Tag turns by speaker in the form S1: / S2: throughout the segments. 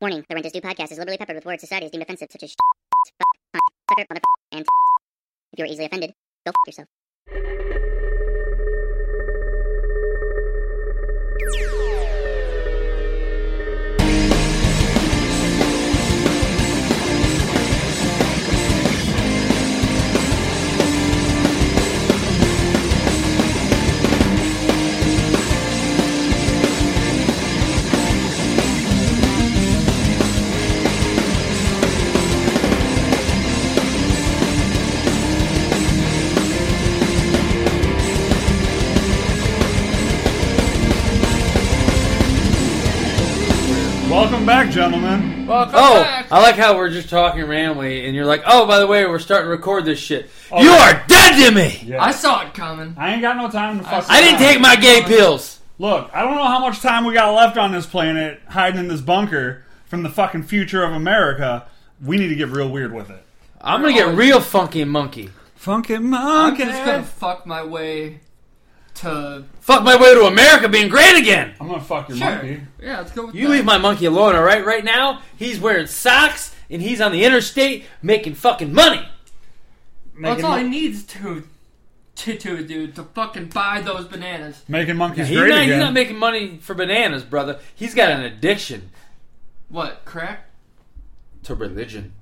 S1: Warning: The Rent is Due podcast is liberally peppered with words society has deemed offensive, such as sh**, fuck, cunt, sucker, mother, and t- if you are easily offended, go f- yourself.
S2: Welcome back, gentlemen.
S3: Welcome
S4: Oh,
S3: back.
S4: I like how we're just talking randomly, and you're like, "Oh, by the way, we're starting to record this shit."
S2: Oh,
S4: you
S2: yeah.
S4: are dead to me.
S2: Yeah.
S3: I saw it coming.
S2: I ain't got no time to fuck.
S4: I didn't
S2: around.
S4: take my gay pills.
S2: Look, I don't know how much time we got left on this planet, hiding in this bunker from the fucking future of America. We need to get real weird with it.
S4: I'm gonna
S2: Oh,
S4: get real funky monkey.
S2: Funky
S3: I'm
S2: monkey.
S3: just gonna fuck my way to
S4: Fuck my way to America being great again.
S2: I'm gonna fuck your
S3: sure.
S2: monkey.
S3: Yeah, let's go with
S4: You
S3: that.
S4: leave my monkey alone, all right? Right now, he's wearing socks and he's on the interstate making fucking money.
S3: Well,
S2: Making,
S3: that's all he needs to to to do to fucking buy those bananas.
S2: making monkeys
S4: He's
S2: great
S4: not, he's
S2: again.
S4: not making money for bananas, brother. He's got an addiction
S3: What crack?
S4: to religion.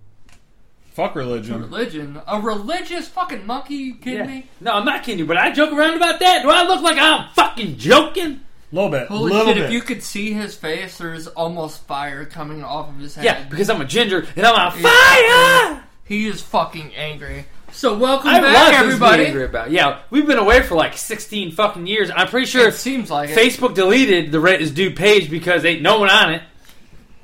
S2: fuck religion.
S3: Religion? A religious fucking monkey? You kidding me?
S4: No, I'm not kidding you, but I joke around about that. Do I look like I'm fucking joking?
S2: A little bit.
S3: Holy
S2: little
S3: shit!
S2: bit.
S3: If you could see his face, there's almost fire coming off of his head.
S4: Yeah, because I'm a ginger and I'm on
S3: Yeah.
S4: fire.
S3: he is fucking angry. So welcome
S4: I
S3: back,
S4: love this being
S3: everybody.
S4: angry about. Yeah, we've been away for like 16 fucking years. I'm pretty sure
S3: It seems like it.
S4: Facebook deleted the rent is due page because ain't no one on it.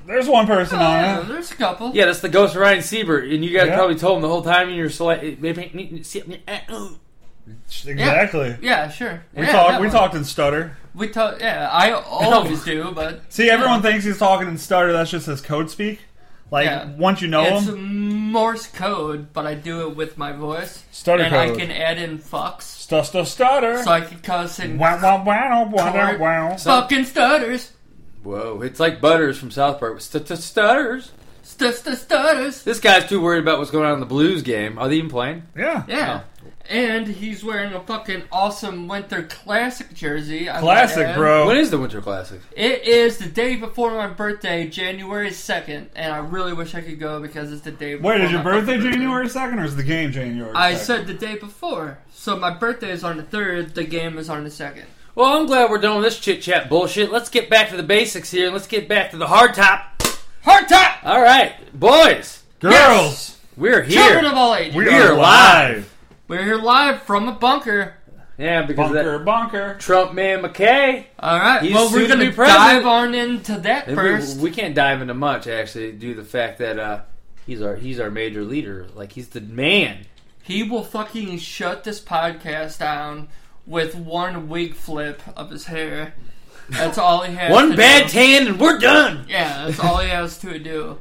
S2: There's one person
S3: Oh, Yeah,
S2: on it.
S3: there's a couple.
S4: Yeah, that's the ghost of Ryan Siebert, and you guys
S2: Yeah.
S4: probably told him the whole time. And you're select. Exactly.
S2: Exactly.
S3: Yeah, sure.
S2: We
S3: yeah,
S2: talk.
S3: that
S2: We
S3: one.
S2: talked in stutter.
S3: We talk. Yeah, I always do, but
S2: See, everyone thinks he's talking in stutter. That's just his code speak. Like
S3: Yeah.
S2: once you know
S3: it's
S2: him,
S3: Morse code, but I do it with my voice.
S2: Stutter
S3: and
S2: code.
S3: I can add in fucks,
S2: stutter, stutter, stutter.
S3: so I can cuss and
S2: Wow, wow, wow, wow,
S3: Corn.
S2: wow.
S3: fucking stutters,
S4: Whoa, it's like Butters from South Park. St- st- stutters.
S3: st- st- stutters.
S4: This guy's too worried about what's going on in the Blues game. Are they even playing?
S2: Yeah.
S3: Yeah,
S2: Oh.
S3: and he's wearing a fucking awesome winter classic jersey. I might
S2: Classic,
S3: add.
S2: bro.
S4: When is the Winter Classic?
S3: It is the day before my birthday, January second, and I really wish I could go because it's the day. Before
S2: Wait, is your
S3: my fucking
S2: birthday January 2nd or is the game January 2nd?
S3: I said the day before, so my birthday is on the third. The game is on the second.
S4: Well, I'm glad we're done with this chit chat bullshit. Let's get back to the basics here. Let's get back to the hard top.
S3: Hard top,
S4: All right, boys,
S2: Girls!
S4: we're here.
S3: children of all ages.
S2: We,
S4: We
S2: are
S4: are
S2: live!
S3: We're here live from a bunker.
S4: yeah, because of
S2: Bunker,
S4: that
S2: bunker.
S4: Trump man McKay.
S3: All right.
S4: He's
S3: well,
S4: soon
S3: we're
S4: to
S3: gonna
S4: be president.
S3: dive on into that
S4: And
S3: first.
S4: We, we can't dive into much actually, due to the fact that uh, he's our he's our major leader. Like he's the man.
S3: he will fucking shut this podcast down with one wig flip of his hair. That's all he has.
S4: One
S3: to
S4: bad
S3: do.
S4: tan and we're done.
S3: yeah, that's all he has to do.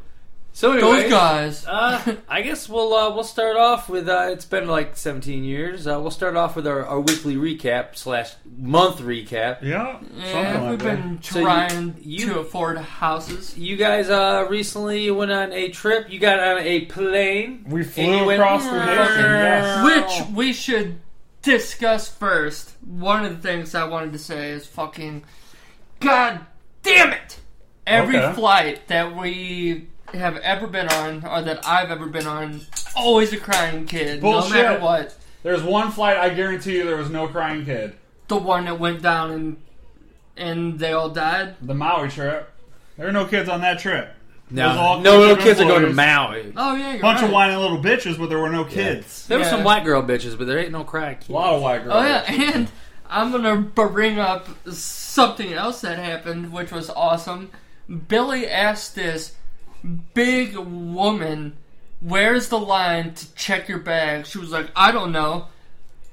S4: So
S3: Those
S4: anyway,
S3: guys.
S4: uh, I guess we'll uh, we'll start off with uh, it's been like 17 years. Uh, we'll start off with our, our weekly recap slash month recap.
S2: Yeah, something
S3: yeah,
S2: like
S3: we've
S2: that.
S3: been
S4: Oh So you-
S3: trying
S4: you-
S3: to afford houses.
S4: You guys uh, recently went on a trip. You got on a plane.
S2: We
S4: And you
S2: flew
S4: went-
S2: across the nation, yes.
S3: Which we should discuss first. One of the things I wanted to say is fucking God damn it! Every
S2: Okay.
S3: flight that we have ever been on, or that I've ever been on, always a crying kid, no
S2: Bullshit.
S3: matter what.
S2: There's one flight, I guarantee you there was no crying kid.
S3: The one that went down and and they all died.
S2: The Maui trip. There were no kids on that trip. Those
S4: No,
S2: all
S4: no little
S2: kids
S4: kids are going to
S2: employees.
S4: Maui.
S3: Oh yeah, you're
S2: Bunch
S3: right.
S2: of whining little bitches, but there were no kids.
S4: There were
S3: Yeah.
S4: some white girl bitches, but there ain't no crack.
S2: A lot of white girls.
S3: Oh yeah, and I'm gonna bring up something else that happened, which was awesome. Billy asked this big woman, "Where's the line to check your bag?" She was like, "I don't know."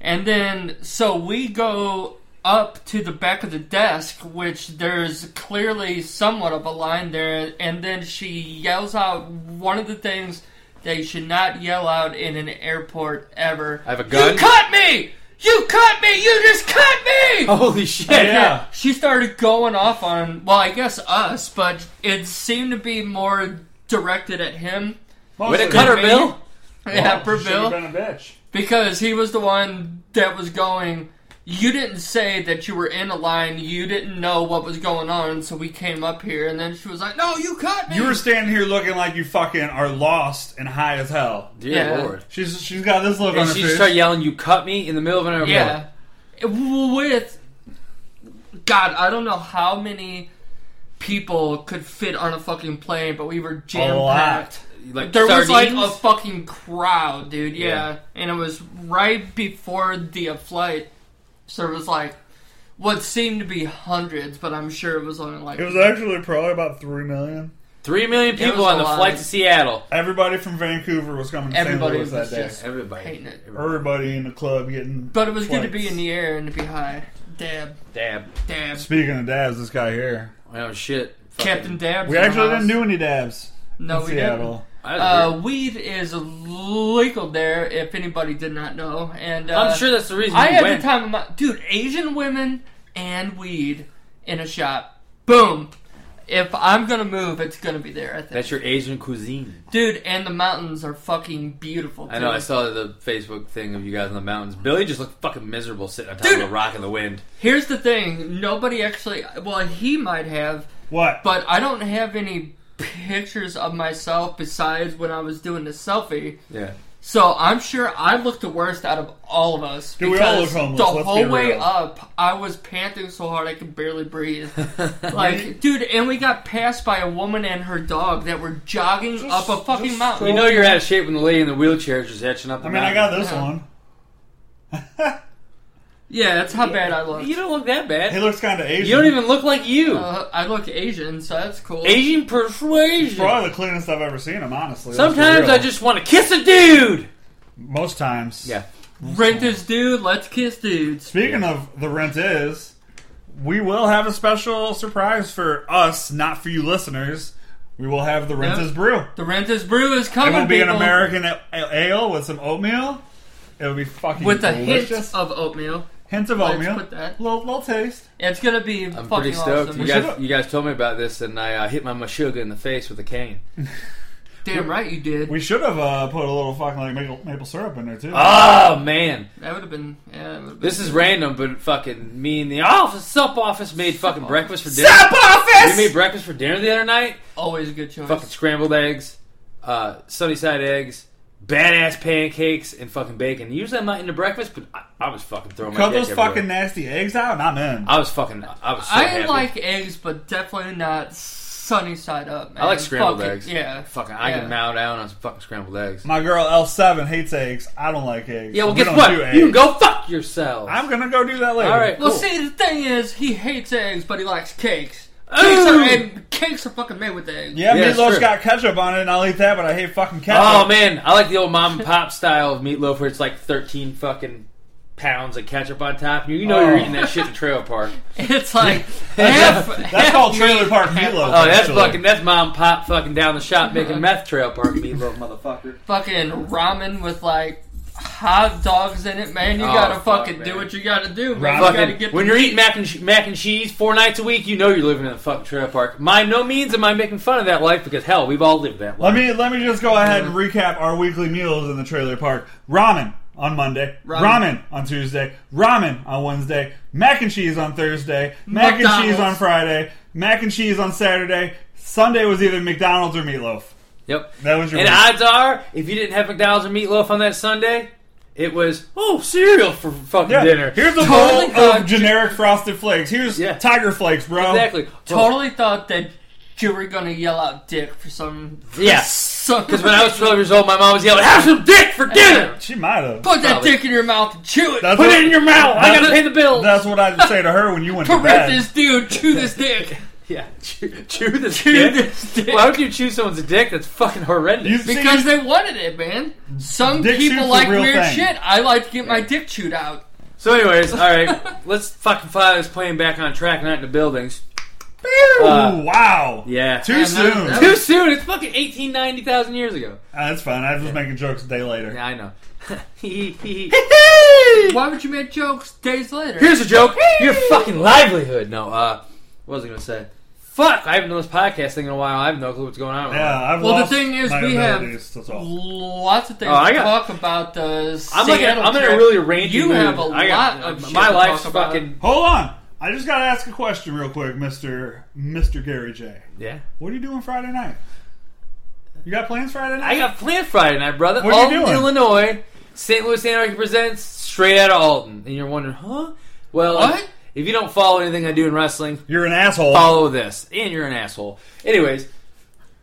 S3: And then so we go up to the back of the desk, which there's clearly somewhat of a line there, and then she yells out one of the things. They should not yell out in an airport ever.
S4: I have a gun.
S3: You cut me! You cut me! You just cut me!
S2: Oh.
S4: Holy shit!
S2: Yeah.
S3: She started going off on, well, I guess us, but it seemed to be more directed at him.
S4: Way to
S2: Mostly.
S4: cut her,
S3: Me?
S4: Bill.
S3: Yeah, for
S2: She should've
S3: Bill.
S2: been a bitch.
S3: Because he was the one that was going, you didn't say that you were in a line, you didn't know what was going on, so we came up here, and then she was like, no, you cut me!
S2: You were standing here looking like you fucking are lost and high as hell.
S4: Dear
S3: Yeah.
S4: lord.
S2: She's she's got this look on
S4: And
S2: her
S4: she
S2: face.
S4: started yelling, "You cut me!" in the middle of an interview.
S3: Yeah. With God, I don't know how many people could fit on a fucking plane, but we were jam packed.
S4: Like
S3: There was like a
S4: sardines?
S3: fucking crowd, dude. Yeah.
S4: Yeah.
S3: and it was right before the flight, so there was like what seemed to be hundreds, but I'm sure it was only like
S2: It was actually probably about three million.
S4: three million
S3: was
S4: people on
S3: a
S4: the
S3: lot.
S4: flight to Seattle.
S2: Everybody from Vancouver was coming to St.
S3: Everybody
S2: Louis
S3: was
S2: that day.
S3: just-
S4: Everybody,
S3: Hating it.
S2: Everybody in the club getting.
S3: but it was good to be
S2: flights.
S3: in the air and to be high. Dab,
S4: dab.
S3: dab,
S2: Speaking of dabs, this guy here.
S4: Oh shit, Fucking-
S3: Captain Dab.
S2: We actually didn't do any dabs.
S3: No,
S2: in
S3: Oh, we
S2: Seattle.
S3: didn't.
S4: That was weird.
S3: Uh, weed is legal there, if anybody did not know. And uh,
S4: I'm sure that's the reason
S3: I
S4: you
S3: had
S4: went.
S3: the time of my dude. Asian women and weed in a shop. Boom. If I'm gonna move, it's gonna be there. I think,
S4: That's your Asian cuisine.
S3: dude. And the mountains are fucking beautiful. Too.
S4: I know. I saw the Facebook thing of you guys in the mountains. Billy just looked fucking miserable sitting on top
S3: Dude.
S4: of a rock in the wind.
S3: Here's the thing: nobody actually. Well, he might have,
S2: What?
S3: but I don't have any pictures of myself besides when I was doing the selfie.
S4: Yeah.
S3: So I'm sure I looked the worst out of all of us.
S2: Dude, we all
S3: because
S2: look homeless,
S3: The
S2: let's
S3: whole
S2: get
S3: way
S2: real.
S3: up, I was panting so hard I could barely breathe. like, dude, and we got passed by a woman and her dog that were jogging up a fucking
S2: just
S3: mountain.
S4: You know you're out of shape when the lady in the wheelchair is just etching up. The
S2: I mean, I got
S4: mountain.
S2: this
S3: Yeah.
S2: one.
S3: yeah, that's how bad I look.
S4: You don't look that
S2: He
S4: bad.
S2: looks kind of Asian.
S4: You don't even look like you.
S3: Uh, I look Asian, so that's cool.
S4: Asian persuasion.
S2: Probably the cleanest I've ever seen him, honestly. let's be
S4: Sometimes
S2: real.
S4: I just want to kiss a dude.
S2: Most times.
S4: Yeah.
S3: Rent this dude. Let's kiss dudes.
S2: Speaking of the rent is, we will have a special surprise for us, not for you listeners. We will have the rent
S3: Yeah.
S2: is brew.
S3: The rent this brew is
S2: It
S3: coming.
S2: will be an
S3: people,
S2: American a- a- ale with some oatmeal. It will be fucking
S3: with a hint
S2: delicious.
S3: of oatmeal.
S2: Hint of
S3: Let's
S2: oatmeal.
S3: put that.
S2: Little, little taste.
S3: It's gonna be
S4: I'm
S3: fucking
S4: pretty stoked.
S3: awesome.
S4: You
S2: We should
S4: guys,
S2: have-
S4: you guys told me about this, and I uh, hit my mashuga in the face with a cane.
S3: Damn right you did.
S2: We should have uh, put a little fucking like maple, maple syrup in there too.
S4: Oh man,
S3: that would have been. Yeah, that would've been-
S4: this is random, but fucking me and the office sup office made fucking breakfast for dinner.
S2: Sup office.
S4: We made breakfast for dinner the other night.
S3: always a good choice.
S4: Fucking scrambled eggs, uh, sunny side eggs, badass pancakes, and fucking bacon. Usually I'm not into breakfast, but I, I was fucking throwing my
S2: Cut
S4: dick
S2: those
S4: everywhere.
S2: fucking nasty eggs out, and I'm in.
S4: I was fucking. I was. So
S3: I
S4: happy.
S3: like eggs, but definitely not sunny side up. Man.
S4: I like scrambled
S3: Fuck it.
S4: eggs.
S3: Yeah,
S4: Fucking, I
S3: Yeah.
S4: can mow down on some fucking scrambled eggs.
S2: My girl L7 hates eggs. I don't like eggs.
S4: Yeah, well,
S2: We
S4: guess
S2: don't
S4: what?
S2: do
S4: You can
S2: eggs.
S4: go fuck yourself.
S2: I'm gonna go do that later.
S4: All right.
S3: Well,
S4: cool.
S3: see, the thing is, he hates eggs, but he likes cakes. Cakes
S4: Ooh!
S3: are, and cakes are fucking made with eggs.
S2: Yeah,
S4: Yeah, it's
S2: meatloaf's
S4: true.
S2: got ketchup on it, and I'll eat that, but I hate fucking ketchup.
S4: Oh man, I like the old mom and pop style of meatloaf where it's like thirteen fucking pounds of ketchup on top. You know
S2: Oh.
S4: you're eating that shit in Trailer Park.
S3: It's like half.
S2: That's
S3: half
S2: called
S3: meat,
S2: trailer park
S3: half
S2: meatloaf.
S4: Oh, that's
S2: actually.
S4: fucking that's mom and pop fucking down the shop making meth Trailer Park meatloaf, motherfucker.
S3: Fucking ramen with like hot dogs in it, man. You
S4: Oh,
S3: gotta
S4: fuck,
S3: fucking do
S4: man.
S3: what you gotta do, man.
S2: Ramen.
S3: You gotta
S4: Fucking,
S3: get
S4: when you're eating mac and, che- mac and cheese four nights a week, you know you're living in a fucking trailer park. By no means am I making fun of that life because hell, we've all lived that life.
S2: Let me let me just go ahead and recap our weekly meals in the trailer park. Ramen on Monday, ramen,
S3: Ramen.
S2: on Tuesday, ramen on Wednesday, mac and cheese on Thursday, mac and cheese
S3: McDonald's.
S2: on Friday, mac and cheese on Saturday. Sunday was either McDonald's or meatloaf.
S4: Yep.
S2: That was your
S4: and
S2: week.
S4: odds are, if you didn't have McDonald's or meatloaf on that Sunday, it was oh cereal for fucking
S2: Yeah.
S4: dinner.
S2: Here's a
S3: Totally
S2: bowl of
S3: fucked.
S2: generic frosted flakes. Here's
S4: Yeah.
S2: tiger flakes, bro.
S4: exactly
S3: totally thought that you were gonna yell out "dick" for some.
S4: Yes.
S3: some
S4: Because when I was 12 years old, my mom was yelling, "Have some dick for dinner!
S2: She might have.
S3: Put that
S4: Probably.
S3: dick in your mouth and chew it.
S2: That's
S4: Put
S2: what,
S4: it in your mouth! I gotta pay the bills!"
S2: That's what I'd say to her when you went to
S3: Correct
S2: bed.
S3: this dude. Chew this dick.
S4: Yeah, chew, chew this
S3: Chew
S4: dick.
S3: this dick.
S4: Why would you chew someone's dick? That's fucking horrendous.
S2: You see-
S3: Because they wanted it, man. Some
S2: Dick shoot's a
S3: people like
S2: real
S3: weird
S2: thing.
S3: shit. I like to get my dick chewed out.
S4: so, anyways, all right, let's fucking fly this plane back on track, not into buildings.
S2: Ooh,
S4: Uh,
S2: wow.
S4: yeah.
S2: Too
S3: Man, that-
S2: soon.
S3: that-
S4: Too soon. It's fucking 18, 90,000 years ago.
S2: Ah, that's fine. I was just making jokes a day later.
S4: Yeah, I know.
S3: Why would you make jokes days later?
S4: Here's a joke. Your fucking livelihood. No, uh, what was I gonna say? Fuck, I haven't done this podcast thing in a while. I have no clue what's going on.
S2: Yeah, I've
S3: well, the
S2: lost
S3: thing is,
S2: my
S3: we have
S2: abilities, that's all.
S3: lots of things
S4: Oh, I
S3: to
S4: got-
S3: talk about. The
S4: I'm like,
S3: Seattle
S4: I'm in a
S3: trip.
S4: really rangy
S3: You
S4: mood.
S3: have a
S4: I got- uh,
S3: lot of shit
S4: my
S3: to
S4: life's
S3: talk about.
S4: fucking
S2: Hold on. I just gotta ask a question real quick, Mister Mister Gary J.
S4: yeah.
S2: What are you doing Friday night? You got plans Friday night?
S4: I got planned Friday night, brother.
S2: What are you
S4: Alton,
S2: doing?
S4: Illinois. St. Louis Anarchy presents straight out of Alton, and you're wondering, huh? Well,
S3: What?
S4: if you don't follow anything I do in wrestling,
S2: You're an asshole.
S4: follow this, and you're an asshole. Anyways,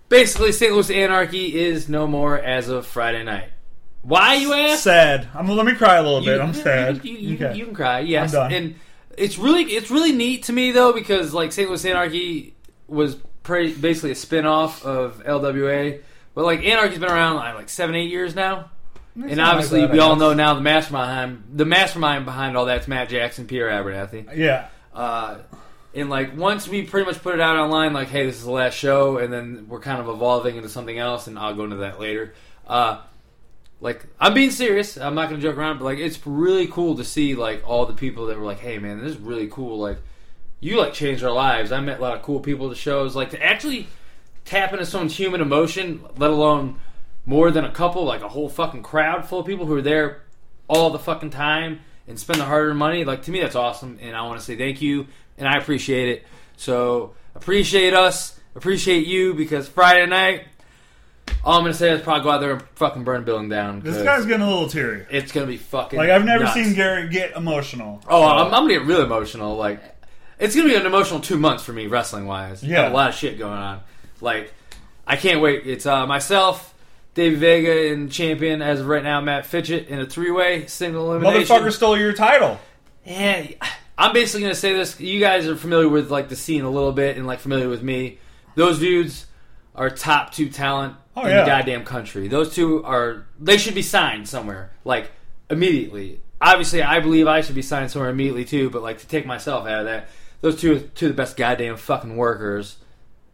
S4: basically, St. Louis Anarchy is no more as of Friday night. Why you ask?
S2: Sad. I'm. Let me cry a little bit. I'm
S4: you-
S2: sad.
S4: You, you-
S2: okay.
S4: you can cry. Yes,
S2: I'm done.
S4: and it's really it's really neat to me though because like St. Louis Anarchy was pretty, basically a spin off of LWA, but like Anarchy's been around like, like seven eight years now. and
S2: not
S4: obviously,
S2: that bad,
S4: we
S2: I
S4: all
S2: guess.
S4: know now the mastermind the mastermind behind all that's Matt Jackson, Pierre Abernathy.
S2: yeah.
S4: Uh, and like once we pretty much put it out online, like, hey, this is the last show, and then we're kind of evolving into something else, and I'll go into that later. Uh, like I'm being serious. I'm not gonna joke around, but like it's really cool to see like all the people that were like, hey man, this is really cool. Like you like changed our lives. I met a lot of cool people at the shows. Like to actually tap into someone's human emotion, let alone more than a couple, like a whole fucking crowd full of people who are there all the fucking time and spend their hard-earned money. Like to me, that's awesome, and I want to say thank you, and I appreciate it. So appreciate us, appreciate you, because Friday night, all I'm gonna say is probably go out there and fucking burn the building down.
S2: This
S4: 'cause
S2: guy's getting a little teary.
S4: it's gonna be fucking
S2: Like I've never
S4: nuts.
S2: seen Garrett get emotional.
S4: Oh, I'm, I'm gonna get real emotional. Like, it's gonna be an emotional two months for me wrestling wise.
S2: Yeah.
S4: a lot of shit going on. Like, I can't wait. It's uh, myself, David Vega, and champion as of right now, Matt Fitchett in a three way single elimination.
S2: Motherfucker stole your title.
S4: Yeah, Eh, I'm basically gonna say this. You guys are familiar with like the scene a little bit, and like familiar with me. Those dudes are top two talent
S2: Oh,
S4: in
S2: yeah.
S4: the goddamn country. Those two are. They should be signed somewhere, like immediately. Obviously, I believe I should be signed somewhere immediately too. But like to take myself out of that, those two are two of the best goddamn fucking workers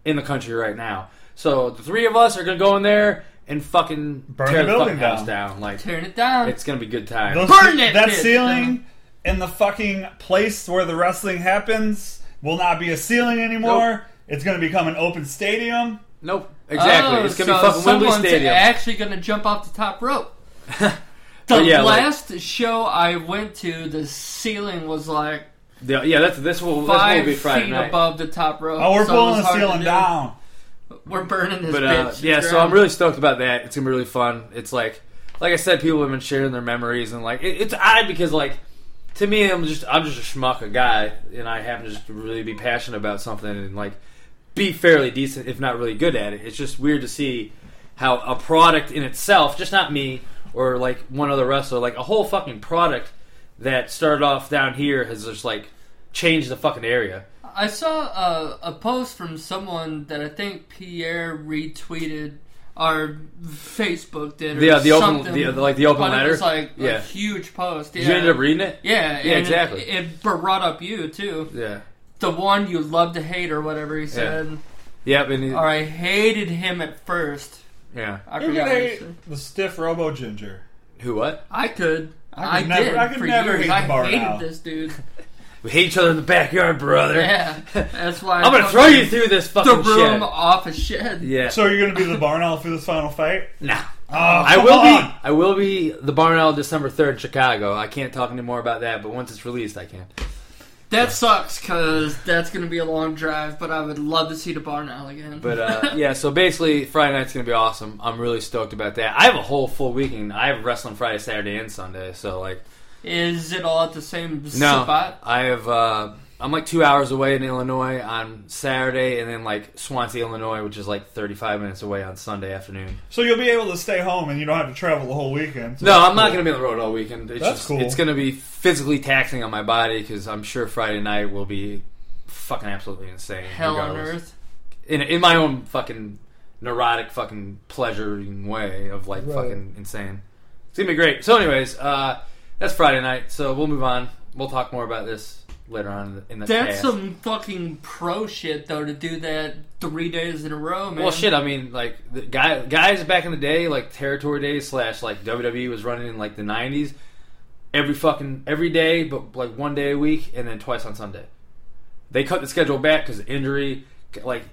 S4: in the country right now. So the three of us are gonna go in there and fucking
S2: Burn
S4: tear
S2: the
S4: the,
S2: building
S4: fucking house down. Like
S3: Tearing it down.
S4: it's gonna be good time.
S2: Those-
S3: Burn that
S2: That
S3: bitch,
S2: ceiling in the fucking place where the wrestling happens will not be a ceiling anymore.
S4: Nope.
S2: It's going to become an open stadium.
S4: nope, exactly.
S3: Oh,
S4: it's gonna
S3: so
S4: be fucking Wembley
S3: someone's
S4: Stadium.
S3: actually going to jump off the top rope. The
S4: But yeah, like-
S3: last show I went to, the ceiling was like
S4: Yeah, yeah, that's this will this will
S3: five
S4: be
S3: feet
S4: Friday night.
S3: above the top rope.
S2: Oh, we're
S3: so it was
S2: pulling the
S3: hard to
S2: ceiling
S3: do.
S2: down.
S3: We're burning this
S4: But uh,
S3: bitch. to
S4: yeah,
S3: the
S4: so I'm
S3: ground.
S4: really stoked about that. It's gonna be really fun. It's like, like I said, people have been sharing their memories, and like it, it's odd because like to me, I'm just I'm just a schmuck, a guy, and I happen to just really be passionate about something and like be fairly decent, if not really good at it. It's just weird to see how a product in itself, just not me or like one other wrestler, like a whole fucking product that started off down here has just like changed the fucking area.
S3: I saw a, a post from someone that I think Pierre retweeted or Facebook did. Or
S4: Yeah, the open-
S3: something,
S4: the- like the open
S3: but It
S4: letter?
S3: was like
S4: Yeah.
S3: a huge post. Yeah.
S4: Did you end up reading it?
S3: yeah,
S4: Yeah,
S3: and
S4: exactly.
S3: It, it brought up you too.
S4: Yeah.
S3: The one you love to hate or whatever he said.
S4: Yep. And it,
S3: Or I hated him at first.
S4: Yeah.
S3: I
S2: Look
S3: forgot.
S2: at
S3: his
S2: that-
S3: name.
S2: the stiff Robo Ginger.
S4: Who? What?
S3: I could. I,
S2: could never-
S3: did.
S2: I could
S3: for
S2: never
S3: years.
S2: hate the
S3: I
S2: bar
S3: hated
S2: now.
S3: this dude.
S4: We hate each other in the backyard, brother.
S3: Yeah, that's why
S4: I'm gonna
S3: fucking
S4: throw you through this fucking
S3: the room
S4: shit.
S3: off a shed.
S4: Yeah.
S2: So you're going to be the barn owl for this final fight?
S4: nah.
S2: Oh,
S4: I
S2: come
S4: will
S2: on.
S4: be. I will be the Barn Owl December third in Chicago. I can't talk any more about that, but once it's released, I can.
S3: That sucks because that's going to be a long drive, but I would love to see the barn owl again.
S4: But uh, yeah, so basically, Friday night's gonna be awesome. I'm really stoked about that. I have a whole full weekend. I have wrestling Friday, Saturday, and Sunday. So like,
S3: is it all at the same
S4: No,
S3: spot?
S4: I have. Uh, I'm like two hours away in Illinois on Saturday, and then like Swansea, Illinois, which is like 35 minutes away on Sunday afternoon.
S2: So you'll be able to stay home and you don't have to travel the whole weekend.
S4: No, I'm not going to be on the road all weekend. It's
S2: That's
S4: just,
S2: cool.
S4: It's going to be physically taxing on my body because I'm sure Friday night will be fucking absolutely insane.
S3: Hell on
S4: regardless.
S3: earth.
S4: In, in my own fucking neurotic fucking pleasuring way of like
S2: Right.
S4: fucking insane. It's going to be great. So, anyways, uh, that's Friday night. So we'll move on. We'll talk more about this later on in the- in the
S3: That's
S4: cast.
S3: some fucking pro shit, though, to do that three days in a row, man.
S4: Well, shit. I mean, like the E guy, guys back in the day, like territory days slash like WWE was running in like the nineties. every fucking every day, but like one day a week, and then twice on Sunday. They cut the schedule back because injury. Like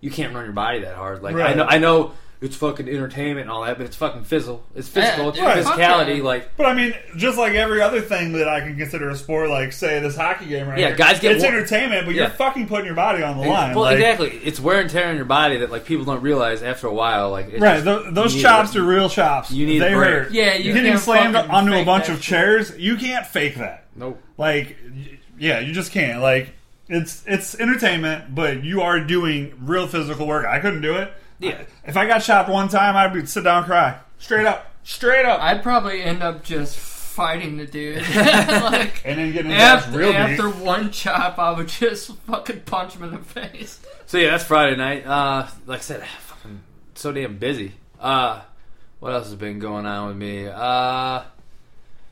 S4: you can't run your body that hard. Like I
S2: Right.
S4: know, I know it's fucking entertainment and all that, but it's fucking physical. It's physical.
S3: Yeah,
S4: it's
S3: right.
S4: physicality. Like
S2: But I mean, just like every other thing that I can consider a sport, like say this hockey game right
S4: Yeah,
S2: here,
S4: guys get
S2: it's
S4: one-
S2: entertainment, but
S4: Yeah.
S2: you're fucking putting your body on the line.
S4: well,
S2: like-
S4: exactly. It's wear and tear on your body that like people don't realize after a while. Like it's
S2: Right,
S4: just-
S2: th- those
S4: you need
S2: chops
S4: it.
S2: are real chops.
S4: You need a
S2: they
S4: break.
S2: hurt.
S3: Yeah, you
S2: getting
S3: can't
S2: slammed
S3: fucking
S2: onto a
S3: fake
S2: bunch
S3: that
S2: of
S3: shit.
S2: chairs. You can't fake that.
S4: Nope.
S2: Like, y- yeah, you just can't. Like, it's it's entertainment, but you are doing real physical work. I couldn't do it.
S4: Yeah.
S2: If I got chopped one time, I'd be sit down and cry. Straight up, straight up,
S3: I'd probably end up just fighting the dude. like,
S2: and then getting into this
S3: after,
S2: real beef.
S3: after one chop, I would just fucking punch him in the face.
S4: So yeah, that's Friday night. Uh, like I said, fucking so damn busy. Uh, what else has been going on with me? Uh,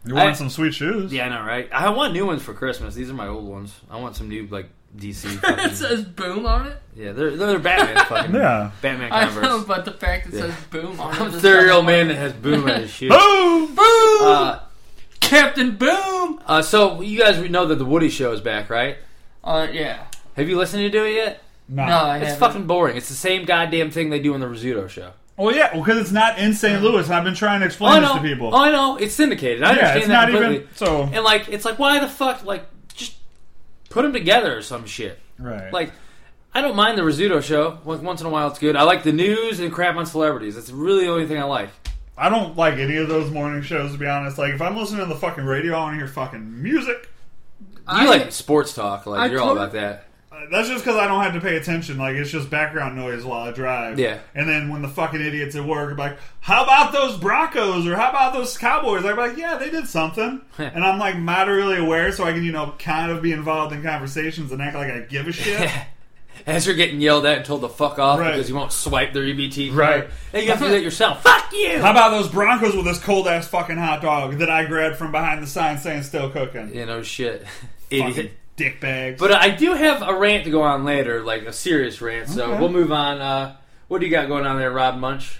S2: You want
S4: I-
S2: some sweet shoes?
S4: yeah, I know, right? I want new ones for Christmas. These are my old ones. I want some new like DC.
S3: it
S4: Fucking,
S3: says boom on it.
S4: yeah, they're they're Batman fucking
S2: Yeah.
S4: Batman
S3: I know,
S4: Converse.
S3: but the fact it
S4: Yeah.
S3: says boom on it.
S4: I'm
S3: just
S4: thirty year old man
S3: doesn't work.
S4: that has boom in his shoes.
S2: Boom!
S3: Boom!
S4: Uh,
S3: Captain Boom!
S4: uh, so you guys know that the Woody Show is back, right?
S3: Uh, yeah.
S4: Have you listened to it yet?
S2: Nah.
S3: No, I
S4: It's
S3: haven't.
S4: fucking boring. It's the same goddamn thing they do on the Rizzuto Show.
S2: Well, yeah, because it's not in St. Louis, and I've been trying to
S4: I
S2: explain this
S4: know.
S2: to people.
S4: I know. It's syndicated. I
S2: yeah,
S4: understand
S2: it's
S4: that
S2: not
S4: completely.
S2: even so.
S4: And like, it's like, why the fuck? Like, just put them together or some shit.
S2: Right.
S4: Like, I don't mind the Rizzuto show. Like once in a while, it's good. I like the news and crap on celebrities. That's really the only thing I like.
S2: I don't like any of those morning shows to be honest. Like if I'm listening to the fucking radio, I want to hear fucking music.
S4: You
S3: I,
S4: like sports talk. Like
S3: I
S4: you're all
S3: tot-
S4: about that.
S2: Uh, That's just because I don't have to pay attention. Like it's just background noise while I drive.
S4: Yeah.
S2: And then when the fucking idiots at work are like, "How about those Broncos?" or "How about those Cowboys?" I'm like, "Yeah, they did something," and I'm like moderately aware, so I can you know kind of be involved in conversations and act like I give a shit.
S4: As you're getting yelled at and told to fuck off
S2: Right.
S4: because you won't swipe their EBT. card.
S2: Right.
S4: Hey, you have to do that yourself. Fuck you.
S2: How about those Broncos with this cold ass fucking hot dog that I grabbed from behind the sign saying "Still cooking"?
S4: you know shit.
S2: Fucking
S4: Idiot.
S2: dick bags.
S4: But uh, I do have a rant to go on later, like a serious rant. So
S2: Okay.
S4: we'll move on. Uh, what do you got going on there, Rob Munch?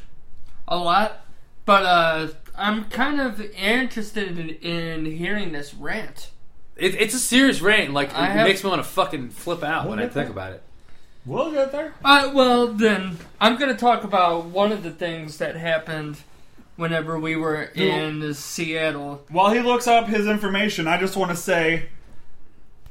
S3: a lot, but uh, I'm kind of interested in, in hearing this rant.
S4: It, it's a serious rant. and, Like it
S3: I have-
S4: makes me want to fucking flip out when I think about it.
S2: we'll get there.
S3: Uh, well, then I'm going to talk about one of the things that happened whenever we were in Seattle.
S2: While he looks up his information, I just want to say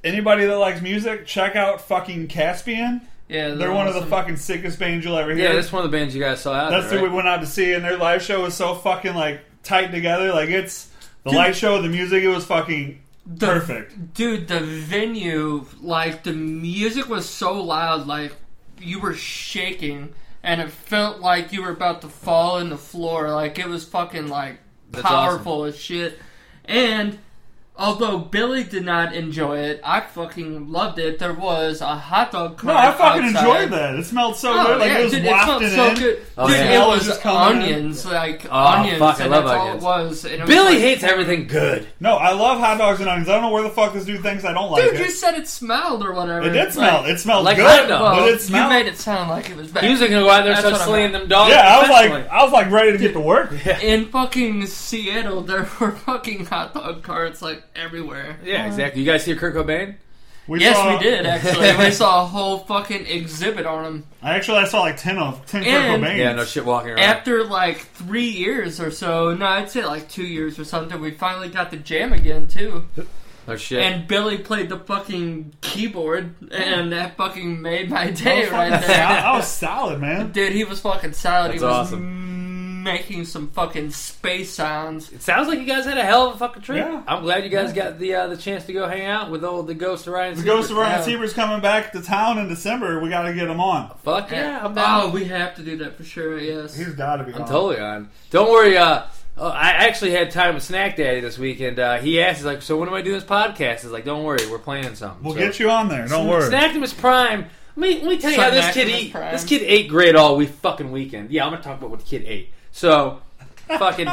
S2: anybody that likes music, check out fucking Caspian.
S3: Yeah,
S2: They're one of the
S3: awesome.
S2: fucking sickest bands you'll ever hear.
S4: Yeah, that's one of the bands you guys saw out
S2: That's
S4: there.
S2: who we
S4: Right?
S2: went out to see, and their live show was so fucking like tight together. Like it's the live show, the music, it was fucking
S3: The-
S2: perfect.
S3: Dude, the venue, like, the music was so loud, like, you were shaking, and it felt like you were about to fall in the floor. Like, it was fucking, like,
S4: That's
S3: powerful as shit. And, although Billy did not enjoy it, I fucking loved it. There was a hot dog cart
S2: No, I fucking
S3: outside.
S2: enjoyed that. It smelled so
S3: Oh,
S2: good. Like
S3: yeah,
S2: it was
S3: dude,
S2: wafted
S3: it smelled
S2: in.
S3: so good.
S4: Oh,
S3: dude,
S4: yeah.
S3: it
S2: Smell
S3: was
S2: just coming in.
S3: onions, like
S4: Oh,
S3: onions,
S4: fuck, I
S3: and
S4: love
S3: that's
S4: onions.
S3: all it was. And it was
S4: Billy
S3: like-
S4: hates everything good.
S2: No, I love hot dogs and onions. I don't know where the fuck this dude thinks I don't like
S3: Dude,
S2: it.
S3: you said it smelled or whatever.
S2: it did smell.
S3: Like,
S2: it smelled
S4: Like
S2: good,
S4: hot dog.
S3: well,
S2: but it smelled.
S3: You made it sound like it was bad.
S4: He was gonna go out there and
S3: That's
S4: start
S3: what I'm
S4: slaying
S3: at.
S4: them dogs.
S2: yeah, I was
S4: professionally.
S2: like, I was like ready to get to work.
S3: in fucking Seattle, there were fucking hot dog carts like everywhere.
S2: "Oh."
S4: yeah, exactly. You guys hear Kurt Cobain?
S2: We
S3: Yes,
S2: saw-
S3: we did actually. we saw a whole fucking exhibit on them.
S2: I actually I saw like ten of ten
S3: And-
S2: Kurt Cobains.
S4: Yeah, no shit, walking around.
S3: After like three years or so, no, I'd say like two years or something, we finally got the jam again too.
S4: no shit.
S3: And Billy played the fucking keyboard, and that fucking made my
S2: I
S3: day
S2: was
S3: right
S2: fucking
S3: there.
S2: solid- I was solid, man.
S3: Dude, he was fucking solid.
S4: That's
S3: he was making some fucking space sounds.
S4: it sounds like you guys had a hell of a fucking trip.
S2: Yeah.
S4: I'm glad you guys got the uh, the chance to go hang out with old the ghost of Ryan.
S2: The Ghost of Ryan
S3: Yeah.
S2: Seaber's coming back to town in December. We got to get him on.
S4: Fuck yeah, I'm down.
S3: oh, we have to do that for sure. Yes.
S2: He's got to be.
S4: I'm
S2: on.
S4: totally on. Don't worry. Uh, uh, I actually had time with Snack Daddy this week, and uh, he asked, he's like, "So when am I doing this podcast?" He's like, "Don't worry, we're planning something."
S2: We'll
S4: So-
S2: get you on there. Don't worry.
S4: Snacktimus Prime. Let me, let me tell you how this kid
S3: Snacktimus
S4: ate.
S3: Prime.
S4: This kid ate great all week fucking weekend. Yeah, I'm gonna talk about what the kid ate. So, fucking,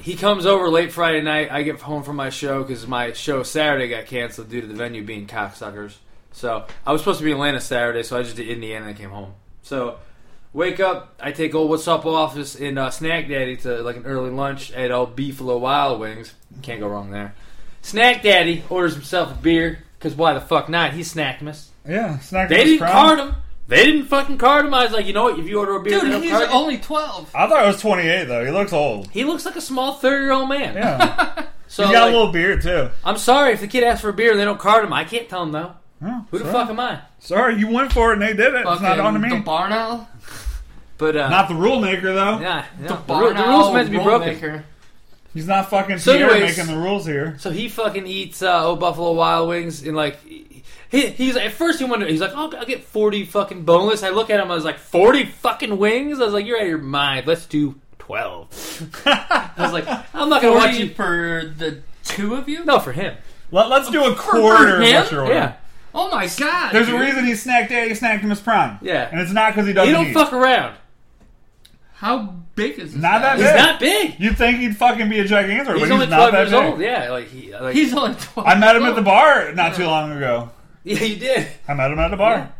S4: he comes over late Friday night. I get home from my show because my show Saturday got canceled due to the venue being cocksuckers. So I was supposed to be in Atlanta Saturday, so I just did Indiana and came home. So Wake up. I take old What's Up office in uh, Snack Daddy to like an early lunch at old Beefalo Wild Wings. Can't go wrong there. Snack Daddy orders himself a beer because why the fuck not? He's Snackmas.
S2: Yeah, it's not
S4: They
S2: gonna
S4: didn't
S2: surprise
S4: card
S2: me.
S4: him. They didn't fucking card him. I was like, you know what? If you order a beer, they
S3: Dude,
S4: don't
S3: he's
S4: card you.
S3: only 12.
S2: I thought it was 28 though. He looks old.
S4: He looks like a small thirty-year-old man.
S2: Yeah,
S4: So
S2: he got
S4: like,
S2: a little beard too.
S4: I'm sorry if the kid asks for a beer and they don't card him. I can't tell him though.
S2: Oh,
S4: Who the
S2: sorry.
S4: fuck am I?
S2: Sorry, you went for it and they did it. It's not
S3: Fucking
S2: on to me.
S3: The barn owl.
S4: But uh,
S2: not the rule maker though.
S4: yeah, yeah.
S3: The
S4: The,
S3: barn
S4: ru- the
S3: owl
S4: rules meant to be
S3: rule
S4: broken.
S3: maker.
S2: He's not fucking
S4: So
S2: Pierre
S4: anyways-
S2: making the rules here.
S4: So he fucking eats uh, old Buffalo Wild Wings and like he, he's at first he wondered he's like oh, I'll get forty fucking boneless. I look at him I was like forty fucking wings. I was like you're out of your mind. Let's do twelve. I was like I'm not gonna watch
S3: 40
S4: you.
S3: for the two of you?
S4: No, for him.
S2: Let, us do a quarter. of
S3: him?
S2: what you're ordering.
S4: Yeah,
S3: Oh my god.
S2: There's a
S3: dude.
S2: reason he's snack daddy, snack Miss Prime.
S4: Yeah.
S2: and it's not because he
S4: he
S2: doesn't.
S4: don't
S2: eat.
S4: fuck around.
S3: How big is this?
S2: Not that
S3: guy?
S4: He's
S2: Yeah.
S4: not big.
S2: You'd think he'd fucking be a gigantic, but
S4: He's
S2: he's
S4: only
S2: not
S4: twelve
S2: that
S4: years
S2: big.
S4: old. Yeah, like he. Like,
S3: He's only 12.
S2: I met him at the bar not too long ago.
S4: yeah, you did.
S2: I met him at a bar.
S4: Yeah.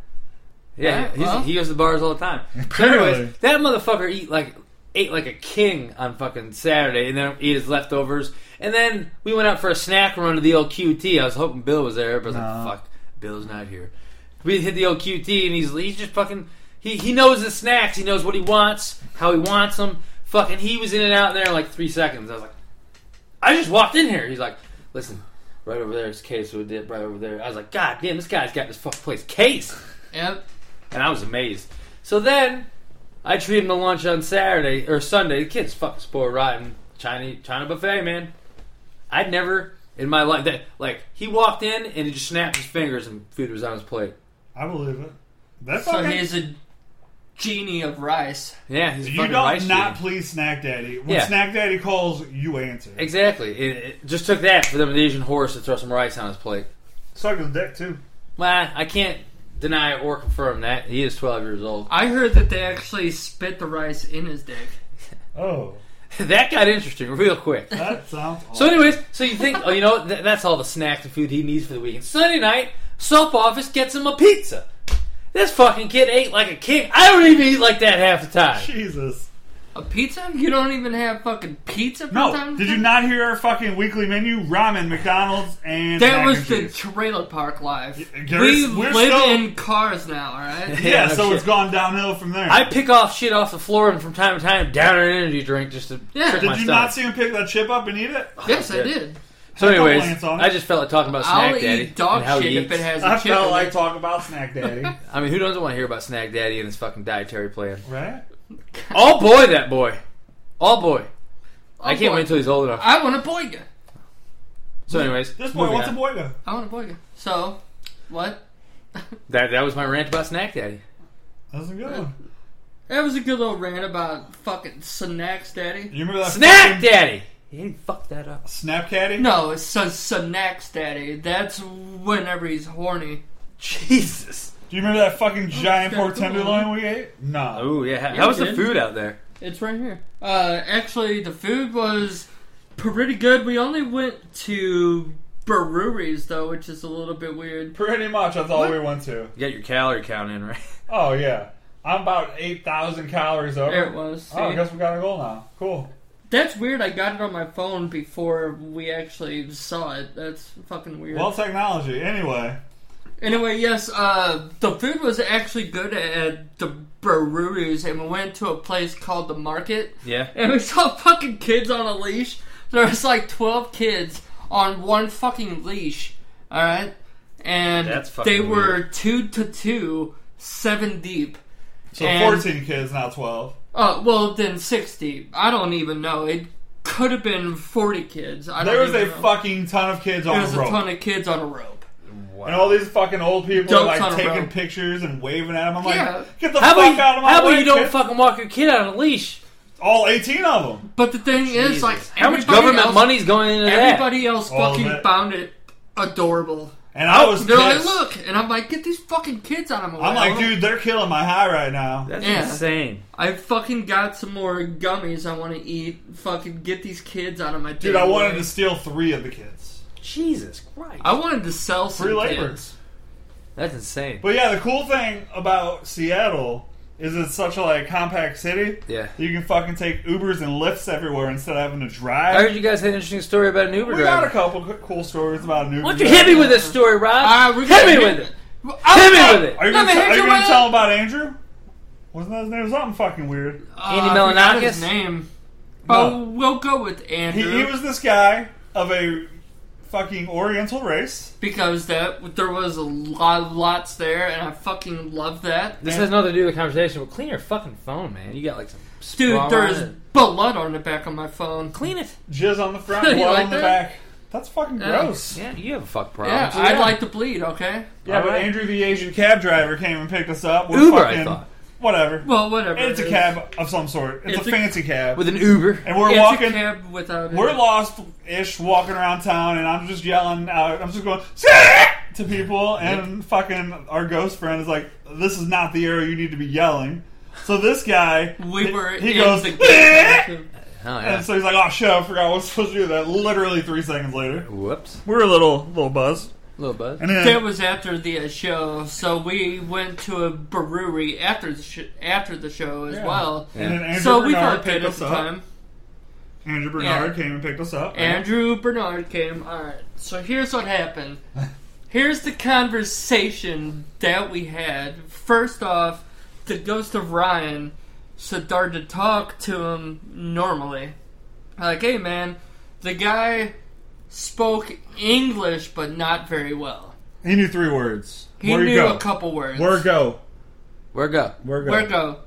S4: Yeah,
S3: Alright,
S4: he's,
S3: well.
S4: he goes to bars all the time. So
S2: Apparently.
S4: anyways, that motherfucker eat like ate like a king on fucking Saturday, and then eat his leftovers. And then we went out for a snack run to the old QT. I was hoping Bill was there, but I was
S2: No.
S4: like, "Fuck, Bill's not here." We hit the old QT, and he's he's just fucking. He he knows his snacks. He knows what he wants, how he wants them. Fucking, he was in and out there in like three seconds. I was like, I just walked in here. He's like, "Listen, right over there is case with dip right over there." I was like, "God damn, this guy's got this fucking place case."
S3: Yep.
S4: and I was amazed. So then I treat him to lunch on Saturday or Sunday. The kid's fucking spoiled rotten. China China buffet, man. I'd never in my life that like he walked in and he just snapped his fingers and food was on his plate.
S2: I believe it. That's
S3: So
S2: fucking.
S3: he's a genie of rice.
S4: Yeah, he's a
S2: you
S4: fucking
S2: don't
S4: rice
S2: not
S4: genie.
S2: please Snack Daddy. When
S4: Yeah.
S2: Snack Daddy calls, you answer.
S4: exactly. It, it just took that for them an Asian horse to throw some rice on his plate.
S2: Suck his dick too.
S4: Well, I can't deny or confirm that he is 12 years old.
S3: I heard that they actually spit the rice in his dick.
S2: Oh,
S4: that got interesting real quick.
S2: that sounds.
S4: So,
S2: awful.
S4: anyways, so you think, oh, you know, what? Th- that's all the snacks and food he needs for the weekend. Sunday night, soap office gets him a pizza. This fucking kid ate like a king. I don't even eat like that half the time.
S2: Jesus.
S3: A pizza? You don't even have fucking pizza for
S2: No,
S3: time?
S2: did you not hear our fucking weekly menu? Ramen, McDonald's, and
S3: That
S2: mac
S3: was
S2: and
S3: the
S2: cheese.
S3: trailer park life.
S2: There's-
S3: we
S2: we're
S3: live
S2: still-
S3: in cars now, alright?
S2: yeah.
S4: Yeah, no
S2: so
S4: shit.
S2: it's gone downhill from there.
S4: I pick off shit off the floor and from time to time down an energy drink just to
S3: Yeah.
S4: trick
S2: Did
S4: my
S2: you
S4: stomach.
S2: not see him pick that chip up and eat it?
S3: yes, I
S4: shit.
S3: did.
S4: so, anyways,
S2: Lance on it.
S4: I just felt like talking about Snack
S3: I'll
S4: Daddy
S3: eat dog
S4: and how
S3: shit
S4: he
S3: if
S4: eats.
S3: it has a
S2: I
S3: chip.
S2: felt
S3: in
S2: like
S3: it.
S2: talk about Snack Daddy,
S4: I mean, who doesn't want to hear about Snack Daddy and his fucking dietary plan?
S2: right?
S4: Oh boy, that boy. Oh boy. I can't
S3: boy.
S4: wait until he's old enough.
S3: I want a boyga.
S4: So, anyways,
S2: This boy
S4: moving
S2: wants
S4: on.
S2: a boy though.
S3: I want a boyga. So, what?
S4: That that was my rant about Snack Daddy.
S2: That's a good
S3: Uh,
S2: one.
S3: That was a good little rant about fucking snacks, daddy.
S2: You remember that
S4: Snack
S2: fucking
S4: Daddy. He didn't fuck that up.
S2: Snap Caddy?
S3: No, it's a snacks, daddy. That's whenever he's horny.
S4: Jesus.
S2: Do you remember that fucking giant
S3: Snap
S2: pork tenderloin we ate? No.
S4: Oh yeah.
S3: Yeah,
S4: How was
S3: we
S4: the
S3: did.
S4: food out there?
S3: It's right here. Uh, actually, the food was pretty good. We only went to breweries though, which is a little bit weird.
S2: Pretty much. That's all we went to.
S4: You got your calorie count in, right?
S2: Oh yeah. I'm about eight thousand calories over.
S3: There it was. See?
S2: Oh, I guess we got a goal now. Cool.
S3: That's weird. I got it on my phone before we actually saw it. That's fucking weird.
S2: Well, technology. Anyway,
S3: Anyway, yes, uh, the food was actually good at the breweries, and we went to a place called the Market,
S4: Yeah.
S3: and we saw fucking kids on a leash. There was like twelve kids on one fucking leash. All right, and
S4: That's fucking
S3: they were
S4: weird.
S3: two to two, seven deep.
S2: so
S3: And-
S2: fourteen kids, not twelve.
S3: Uh, well, then six deep. I don't even know. It could have been forty kids. I
S2: There
S3: don't
S2: was a
S3: even know.
S2: fucking ton of kids
S3: There
S2: on
S3: was
S2: the
S3: a
S2: road,
S3: ton of kids on a rope.
S2: and all these fucking old people
S3: Dope
S2: are like
S3: ton of
S2: taking
S3: road.
S2: pictures and waving at them. I'm
S3: Yeah.
S2: like, get the
S4: How
S2: fuck
S4: about you,
S2: out of my
S4: how about
S2: way,
S4: you don't
S2: kid.
S4: fucking walk your kid on a leash?
S2: all eighteen of them.
S3: But the thing is, like,
S4: how much
S3: everybody
S4: government
S3: else-
S4: money's going into that?
S3: Everybody else
S2: All of
S3: fucking
S2: it.
S3: found it adorable.
S2: And I was
S3: Oh, They're like,
S2: pissed.
S3: look, and I'm like, get these fucking kids out of my way.
S2: I'm
S3: I
S2: like,
S3: wanna-
S2: dude, they're killing my high right now.
S4: That's
S3: Yeah.
S4: insane.
S3: I fucking got some more gummies I want to eat. Fucking get these kids out of my
S2: Dude,
S3: damn
S2: I wanted
S3: way.
S2: to steal three of the kids.
S4: Jesus Christ.
S3: I wanted to sell some
S2: Free labor.
S3: kids.
S4: That's insane.
S2: But yeah, the cool thing about Seattle is it such a like compact city
S4: Yeah.
S2: that you can fucking take Ubers and lifts everywhere instead of having to drive.
S4: I heard you guys had an interesting story about an Uber
S2: we got
S4: driver.
S2: a couple co- cool stories about an Uber.
S4: Why don't you
S2: driver.
S4: hit me with this story, Rob?
S3: All right, Ah, we're
S4: hit
S3: gonna
S4: me
S3: hit-
S4: with it.
S3: I'm
S4: Hit me
S3: not-
S4: with it.
S2: Are you
S3: Let
S2: gonna,
S3: me
S2: t-
S3: hit
S2: are you
S3: you
S2: gonna
S3: with
S2: tell
S3: it.
S2: him about Andrew? Wasn't that his name? Something fucking weird.
S4: Andy
S3: Ah, I forgot his
S4: Milonakis?
S3: name. But
S2: No.
S3: we'll go with
S2: He,
S3: Andrew
S2: he was this guy of a fucking Oriental race.
S3: because that there was a lot of lots there, and I fucking love that.
S4: This has nothing to do with the conversation, but clean your fucking phone, man. You got like some.
S3: Dude,
S4: Wrong
S3: there is
S4: line.
S3: blood on the back of my phone.
S2: Oh,
S4: Clean it.
S2: Jizz on the front,
S3: You
S2: blood
S3: like
S2: on the
S3: that?
S2: back. That's fucking
S3: Yeah.
S2: gross.
S4: Yeah, you have a fuck problem.
S3: Yeah,
S4: So,
S3: I'd like to bleed. Okay.
S2: Yeah, but
S4: Alright.
S2: Andrew the Asian cab driver came and picked us up. We're
S4: Uber, I
S2: fucking,
S4: thought.
S2: Whatever.
S3: Well, whatever.
S2: it's
S3: it
S2: a
S3: is.
S2: cab of some sort. It's,
S3: It's
S2: a,
S3: a-
S2: fancy cab.
S4: with an Uber.
S2: and we're
S3: It's
S2: walking
S3: a cab without. it.
S2: we're lost ish walking around town and I'm just yelling out I'm just going "Shit!" to people and fucking our ghost friend is like this is not the area you need to be yelling so this guy
S3: We
S2: he-
S3: were.
S2: he
S3: in
S2: goes
S3: The
S2: "Shit!"
S4: Oh yeah.
S2: and so he's like oh shit I forgot I was supposed to do that literally three seconds later
S4: Whoops.
S2: we were a little little buzz
S4: Little buzz.
S2: and then
S3: That was after the uh, show, so we went to a brewery after the sh- after the show as
S2: Yeah.
S3: well.
S2: and then Andrew
S3: So we
S2: Bernard
S3: got paid
S2: picked
S3: at
S2: us
S3: the
S2: up
S3: time.
S2: Andrew Bernard came and picked us up
S3: Andrew Bernard came. All right. So here's what happened. Here's the conversation that we had. First off, the ghost of Ryan started to talk to him normally. Like, hey man, the guy spoke English but not very well.
S2: he knew three words
S3: He
S2: where
S3: knew
S2: you go
S3: a couple words.
S2: where go
S4: Where go?
S2: where go
S3: Where go?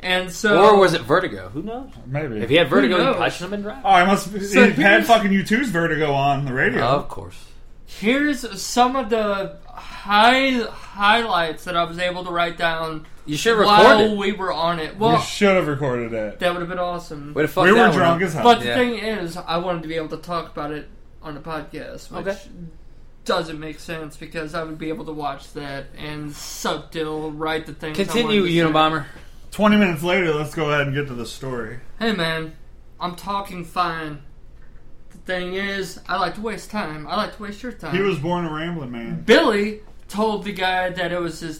S3: And so
S4: Or was it Vertigo? Who knows?
S2: maybe
S4: If he had Vertigo,
S3: Who
S4: he
S3: knows?
S4: probably shouldn't have been driving.
S2: Oh, I must.
S3: So
S2: he had
S3: here's-
S2: fucking U2's Vertigo on the radio.
S4: Of course.
S3: here's some of the high highlights that I was able to write down
S4: You should have recorded.
S3: while we were on it.
S2: you
S3: Well,
S2: should have recorded it.
S3: That would have been awesome.
S4: Way to fuck
S2: we
S4: that
S2: were
S4: one
S2: drunk
S4: up.
S2: as hell.
S3: But the
S4: Yeah.
S3: thing is, I wanted to be able to talk about it on the podcast, which
S4: Okay.
S3: doesn't make sense because I would be able to watch that and subtitle write the things. I
S4: Continue,
S3: wanted to say.
S4: Unabomber.
S2: Twenty minutes later, let's go ahead and get to the story.
S3: Hey man, I'm talking fine. The thing is, I like to waste time. I like to waste your time.
S2: He was born a rambling man.
S3: Billy told the guy that it was his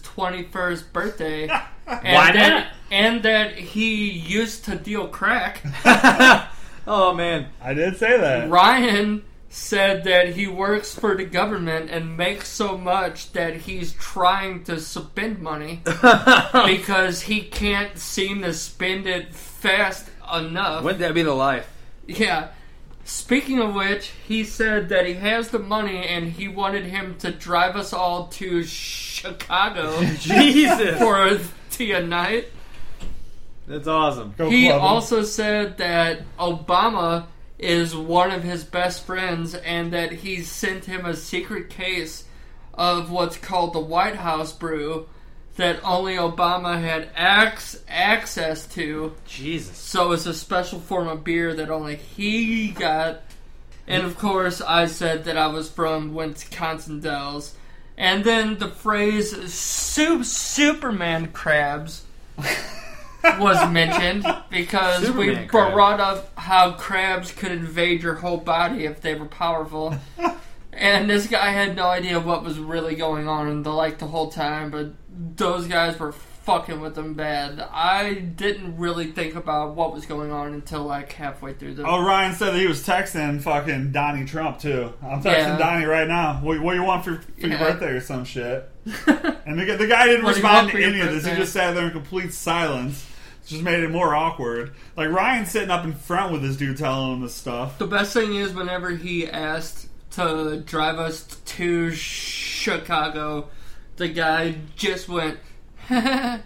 S3: 21st birthday. and
S4: Why
S3: that,
S4: not?
S3: And that he used to deal crack.
S4: oh man.
S2: I did say that.
S3: Ryan said that he works for the government and makes so much that he's trying to spend money because he can't seem to spend it fast enough.
S4: Wouldn't that be the life?
S3: Yeah. Speaking of which, he said that he has the money and he wanted him to drive us all to Chicago
S4: Jesus.
S3: for the night.
S4: That's awesome.
S2: Go
S3: He
S2: clubbing.
S3: also said that Obama is one of his best friends and that he sent him a secret case of what's called the White House brew that only Obama had ac- access to.
S4: Jesus.
S3: So it's a special form of beer that only he got. And of course, I said that I was from Wisconsin Dells. And then the phrase "Sup- Superman crabs was mentioned because we
S4: Superman crab.
S3: brought up how crabs could invade your whole body if they were powerful. and this guy had no idea what was really going on in the like the whole time, but those guys were fucking with them bad. I didn't really think about what was going on until like halfway through the
S2: Oh, Ryan said that he was texting fucking Donnie Trump too. I'm texting
S3: Yeah.
S2: Donnie right now. What, what do you want for, for your
S3: Yeah.
S2: birthday or some shit? And the, guy- the guy didn't
S3: What do
S2: respond
S3: you want
S2: to
S3: for your
S2: any of this. He
S3: birthday?
S2: just sat there in complete silence. It Just made it more awkward. Like Ryan's sitting up in front with this dude telling him this stuff.
S3: The best thing is whenever he asked to drive us to Chicago, the guy just went and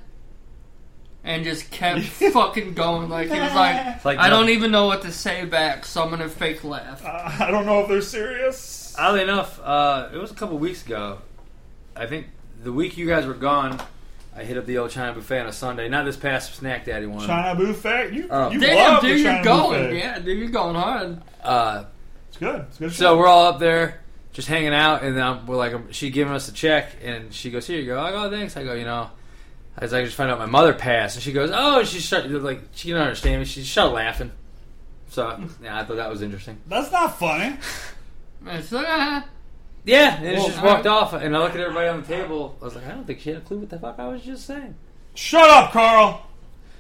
S3: just kept fucking going. Like he was like,
S4: like
S3: I don't
S4: nothing.
S3: even know what to say back, so I'm gonna fake laugh.
S2: Uh, I don't know if they're serious.
S4: Oddly enough, uh, it was a couple weeks ago. I think the week you guys were gone, I hit up the old China buffet on a Sunday. Not this past Snack Daddy one.
S2: China buffet. You,
S4: Oh.
S2: you
S3: Damn,
S2: love the
S3: dude,
S2: China
S3: you're going.
S2: buffet.
S3: Yeah, dude, you're going hard.
S4: Uh,
S2: It's good. It's good.
S4: So
S2: shit.
S4: we're all up there, just hanging out, and um, we're like, um, she giving us a check, and she goes, "Here you go." I go, "Oh, "Thanks." I go, "You know," I was like, "I just found out my mother passed," and she goes, "Oh," and she started like she didn't understand me. She started laughing. So yeah, I thought that was interesting.
S2: that's not funny.
S3: And it's like, ah.
S4: Yeah, and
S3: Well,
S4: she just walked
S3: I-
S4: off, and I look at everybody on the table. I was like, I don't think she had a clue what the fuck I was just saying.
S2: Shut up, Carl.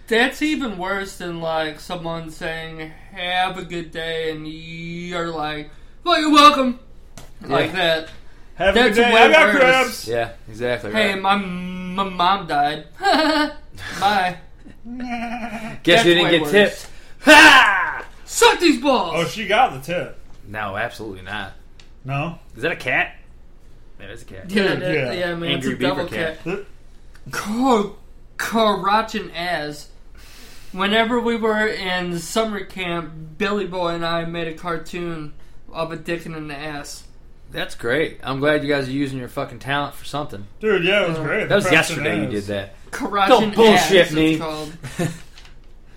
S3: That's even worse than like someone saying "Have a good day" and you're like, "Well, you're welcome," like that.
S2: Have a good
S3: That's
S2: day.
S3: way
S2: I got
S3: worse.
S2: crabs.
S4: Yeah, exactly.
S3: Hey,
S4: right.
S3: my, my mom died. Bye.
S4: Guess you didn't
S3: way
S4: get
S3: worse.
S4: tipped. Ha!
S3: Suck these balls.
S2: Oh, she got the tip.
S4: No, absolutely not.
S2: No.
S4: Is that a cat? That is a cat.
S3: yeah,
S2: dude,
S3: that-
S2: yeah.
S3: yeah, man,
S4: Angry
S3: it's a double
S4: beaver cat.
S3: cat. Car- Karachin ass. Whenever we were in summer camp, Billy Boy and I made a cartoon of a dick and an ass.
S4: That's great. I'm glad you guys are using your fucking talent for something.
S2: Dude, yeah,
S3: Uh,
S2: it was great.
S4: That was
S2: The press
S4: yesterday you
S2: is.
S4: did that.
S3: Karachin
S4: Don't bullshit
S3: ass,
S4: me.
S3: It's called.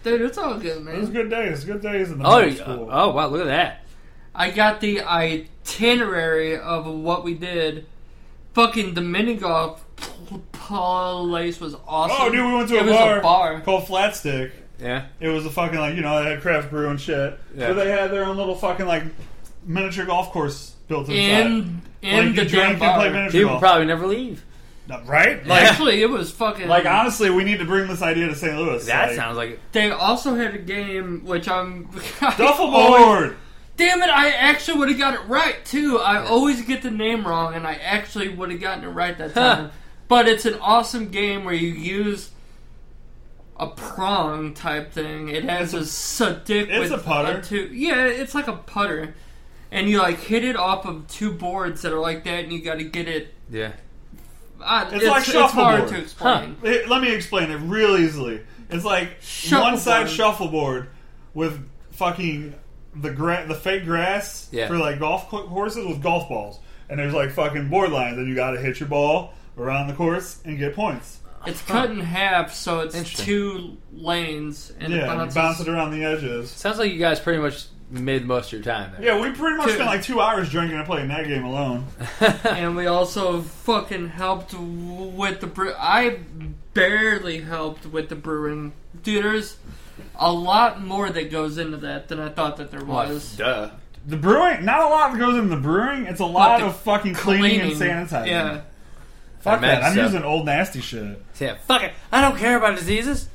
S3: Dude, it's all good,
S2: It was
S3: man.
S2: good days. Good days in the
S4: Oh,
S2: middle
S4: yeah.
S2: school.
S4: oh wow, look at that.
S3: I got the itinerary of what we did. Fucking the mini golf pl- place was awesome.
S2: Oh, dude, we went to
S3: it
S2: a
S3: was
S2: bar,
S3: a bar.
S2: called Flat Stick.
S4: Yeah.
S2: It was a fucking like you know they had craft brew and shit,
S4: Yeah.
S2: but they had their own little fucking like miniature golf course built inside.
S3: in
S2: like
S3: in
S2: you
S3: the damn
S2: drink and play
S3: bar.
S2: miniature
S4: People
S2: golf,
S4: probably never leave.
S2: No, right? Like,
S3: Actually, it was fucking.
S2: like honestly, we need to bring this idea to St. Louis.
S4: That
S2: like,
S4: sounds like
S3: they also had a game which I'm. I
S2: duffel
S3: always-
S2: board.
S3: Damn it! I actually would have got it right too. I always get the name wrong, and I actually would have gotten it right that time. But it's an awesome game where you use a prong type thing. It has a stick.
S2: it's
S3: with
S2: a putter.
S3: two, yeah, it's like a putter, and you like hit it off of two boards that are like that, and you got to get it.
S4: yeah.
S3: Uh,
S2: It's like
S3: it's hard
S2: shuffleboard.
S3: to explain.
S2: It- let me explain it real easily. It's like one side
S3: Shuffleboard.
S2: shuffleboard with fucking the gra- the fake grass
S4: Yeah.
S2: for like golf co- courses with golf balls, and there's like fucking board lines, and you got to hit your ball around the course and get points.
S3: It's cut in half, so it's
S4: Interesting.
S3: two lanes, and it
S2: Yeah, and you
S3: bounces.
S2: bounce it around the edges.
S4: Sounds like you guys pretty much made most of your time there.
S2: Yeah, we pretty much
S3: Dude.
S2: spent like two hours drinking and playing that game alone.
S3: and we also fucking helped with the brew. I barely helped with the brewing. Dude, there's a lot more that goes into that than I thought that there
S4: Well,
S3: was.
S4: duh.
S2: The brewing, not a lot goes into the brewing. It's a lot
S3: the
S2: of fucking cleaning, and sanitizing.
S3: Yeah.
S2: fuck
S4: I meant
S2: that. I'm
S4: so.
S2: using old nasty shit.
S4: Yeah, fuck it. I don't care about diseases.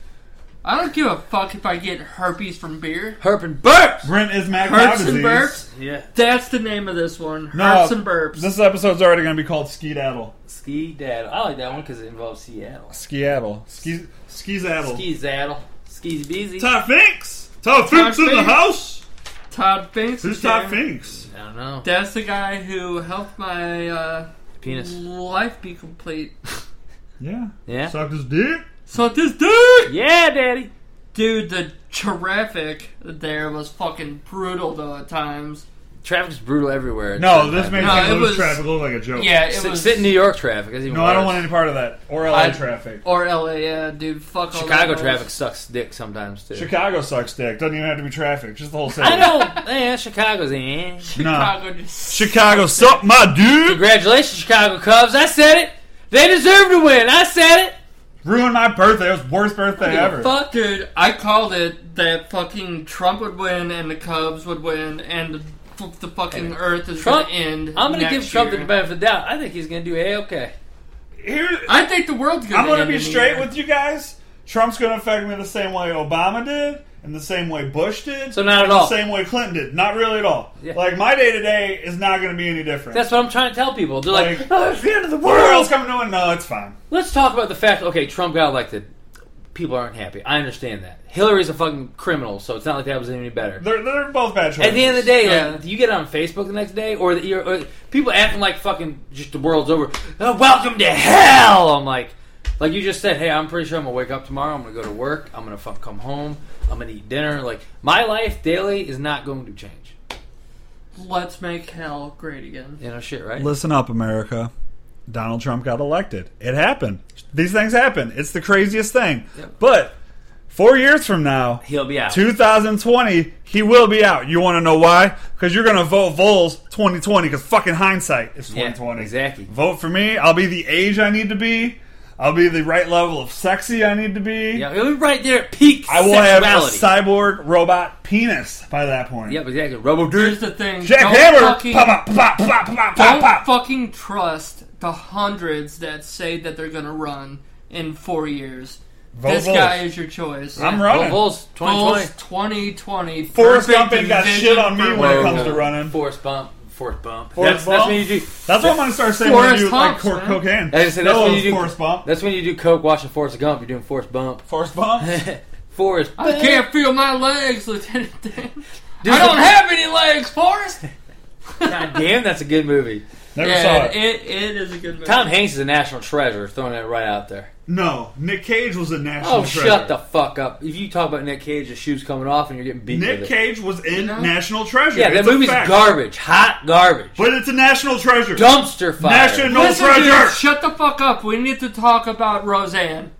S3: I don't give a fuck if I get herpes from beer.
S4: Herp and burps.
S2: Brent is mad cow
S3: Herps and
S2: disease.
S3: burps?
S4: Yeah.
S3: That's the name of this one.
S2: No,
S3: Herps and burps.
S2: This episode's already going to be called Skeedaddle.
S4: Ski daddle. I like that one because it involves Seattle.
S2: Skeaddle. Ski, skeezaddle.
S4: Ski zaddle. Skis beezy. I
S2: Todd Finks! Todd Finks in the
S3: Finks?
S2: house!
S3: Todd Finks.
S2: Who's
S3: is
S2: Todd
S3: here.
S2: Finks?
S4: don't know.
S3: That's the guy who helped my uh,
S4: Penis.
S3: life be complete.
S2: Yeah.
S4: Yeah.
S2: Sucked his dick.
S3: So this dude.
S4: Yeah, daddy.
S3: Dude, the traffic there was fucking brutal though at times.
S4: Traffic's brutal everywhere.
S2: No, this makes
S3: No,
S2: St.
S3: it
S2: Louis
S3: was-
S2: traffic look like a joke.
S3: Yeah, it
S4: Sit,
S3: was
S4: sit in New York traffic. Is even
S2: No, I don't
S4: worse.
S2: want any part of that. Or LA
S3: I-
S2: traffic.
S3: or LA, yeah, dude. Fuck all
S4: Chicago
S3: that
S4: traffic sucks dick sometimes too.
S2: Chicago sucks dick. Doesn't even have to be traffic. Just the whole city.
S4: I know. yeah, Chicago's in.
S3: noise. Chicago just
S2: Chicago suck my dude.
S4: Congratulations, Chicago Cubs. I said it. They deserve to win. I said it.
S2: Ruined my birthday. It was the worst birthday ever.
S3: Fuck, dude. I called it that fucking Trump would win and the Cubs would win and the, f- the fucking
S4: Hey,
S3: earth is
S4: Trump-
S3: gonna end.
S4: I'm gonna
S3: next
S4: give Trump
S3: year.
S4: the benefit of the doubt. I think he's gonna do a okay.
S2: Here,
S3: I think the world's gonna.
S2: I'm going to
S3: end
S2: be
S3: in a
S2: straight
S3: year.
S2: with you guys. Trump's going to affect me the same way Obama did, and the same way Bush did.
S4: So not at
S2: and
S4: all.
S2: The same way Clinton did. Not really at all.
S4: Yeah.
S2: Like my day to day is not going to be any different.
S4: That's what I'm trying to tell people. They're like,
S2: Like-
S4: oh, it's the end of the
S2: the world's
S4: world.
S2: coming to an No, it's fine.
S4: Let's talk about the fact. Okay, Trump got elected. People aren't happy. I understand that. Hillary's a fucking criminal, so it's not like that was any better.
S2: They're they're both bad choices.
S4: At the end of the day,
S3: Yeah.
S4: like, you get on Facebook the next day, or, the, or, or people acting like fucking just the world's over. "Oh, welcome to hell. I'm like, like you just said, hey, I'm pretty sure I'm gonna wake up tomorrow. I'm gonna go to work. I'm gonna fuck come home. I'm gonna eat dinner. Like my life daily is not going to change.
S3: Let's make hell great again.
S4: You know, shit, right?
S2: Listen up, America. Donald Trump got elected. It happened. These things happen. It's the craziest thing.
S4: Yep.
S2: But four years from now,
S4: He'll be out.
S2: 2020, he will be out. You want to know why? Because you're going to vote Vols 2020 because fucking hindsight is
S4: Yeah,
S2: 2020.
S4: exactly.
S2: Vote for me. I'll be the age I need to be. I'll be the right level of sexy I need to be.
S4: Yeah, he'll be right there at peak
S2: I will
S4: sexuality.
S2: have a cyborg robot penis by that point.
S4: yep, exactly. Robo
S3: Here's
S4: dude.
S3: the thing.
S2: Jack
S3: don't
S2: Hammer!
S3: fucking-
S2: Pop, pop, pop, pop, pop,
S3: Don't
S2: pop, pop.
S3: fucking trust the hundreds that say that they're gonna run in four years.
S2: Vote
S3: this
S2: Vols.
S3: guy is your choice.
S2: I'm
S4: Go
S2: running.
S4: Bulls, 2020.
S3: Bulls 2020.
S2: Forrest
S3: perfect
S2: Gump ain't got
S3: division
S2: shit on me
S3: for
S2: when it
S3: Bulls.
S2: comes to running.
S4: Force bump. Force bump.
S2: Forrest
S4: that's, that's
S2: bump?
S4: when you do.
S2: That's what I'm gonna start saying when I
S3: Forrest
S2: do like
S3: Humps,
S2: cor-
S3: man.
S2: cocaine.
S4: I was gonna say, that's
S2: no,
S4: what you
S2: it's
S4: do-
S2: Forrest Bump.
S4: That's when you do coke watching Forrest Gump. You're doing force bump.
S2: Forrest Bump.
S4: Forrest.
S3: I
S4: bump.
S3: can't feel my legs, Lieutenant Dan. I
S4: Dude,
S3: don't have any legs, Forrest.
S4: God damn, that's a good movie.
S2: Never saw
S3: Yeah,
S2: it.
S3: it, it is a good movie.
S4: Tom Hanks is a national treasure. Throwing that right out there.
S2: No, Nick Cage was a national.
S4: Oh,
S2: treasure.
S4: shut the fuck up! If you talk about Nick Cage, his shoes coming off, and you're getting beat.
S2: Nick
S4: with it.
S2: Cage was in
S3: know?
S2: National Treasure.
S4: Yeah, that
S2: It's a
S4: movie's
S2: fact.
S4: garbage. Hot garbage.
S2: But it's a national treasure.
S4: Dumpster fire.
S2: National-
S3: Listen,
S2: treasure.
S3: dude, shut the fuck up. We need to talk about Roseanne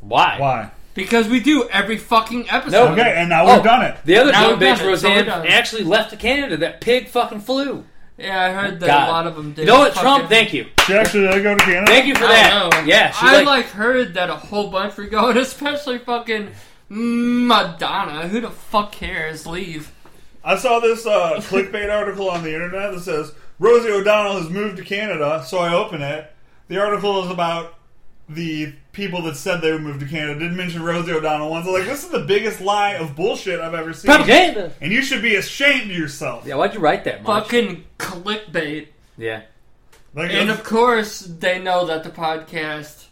S4: Why?
S2: Why?
S3: because we do every fucking episode.
S4: No.
S2: Okay, and now we've
S4: Oh,
S2: done it.
S4: The other
S3: Now
S4: dumb
S3: we've done
S4: bitch,
S3: it, so we're
S4: Roseanne,
S3: done.
S4: actually left to Canada. That pig fucking flew.
S3: Yeah, I heard that
S4: God.
S3: a lot of them did.
S4: You know what,
S3: Fuck
S4: Trump?
S3: it.
S4: Thank you.
S2: She actually did go to Canada.
S4: Thank you for
S3: I
S4: that.
S3: don't know.
S4: Yeah, she
S3: I
S4: like,
S3: like, heard that a whole bunch were going, especially fucking Madonna. Who the fuck cares? Leave.
S2: I saw this uh, clickbait article on the internet that says Rosie O'Donnell has moved to Canada, so I open it. The article is about the people that said they would move to Canada. Didn't mention Rosie O'Donnell once. I'm like, this is the biggest lie of bullshit I've ever seen.
S4: propaganda.
S2: And you should be ashamed of yourself.
S4: Yeah, why'd you write that much?
S3: Fucking clickbait.
S4: Yeah. Oh,
S2: Like,
S3: And of
S2: that's-
S3: course, they know that the podcast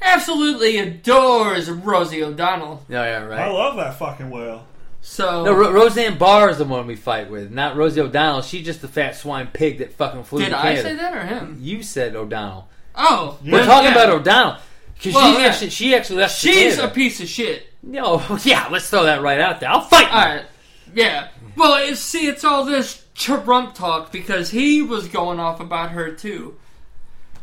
S3: absolutely adores Rosie O'Donnell.
S4: No, yeah,
S2: I
S4: right.
S2: love that fucking whale.
S3: So
S4: No, Ro- Roseanne Barr is the one we fight with, not Rosie O'Donnell. She's just the fat swine pig that fucking flew
S3: did
S4: to
S3: I
S4: Canada.
S3: say that or him?
S4: You said O'Donnell.
S3: Oh,
S2: Yeah.
S4: We're
S2: Well,
S4: talking
S3: yeah.
S4: about O'Donnell. Because
S3: Well, yeah.
S4: actually, she actually left for
S3: She's a
S4: Canada.
S3: piece of shit.
S4: No, yeah, let's throw that right out there. I'll fight you.
S3: All right. Yeah. Well, it's, see, it's all this Trump talk because he was going off about her too.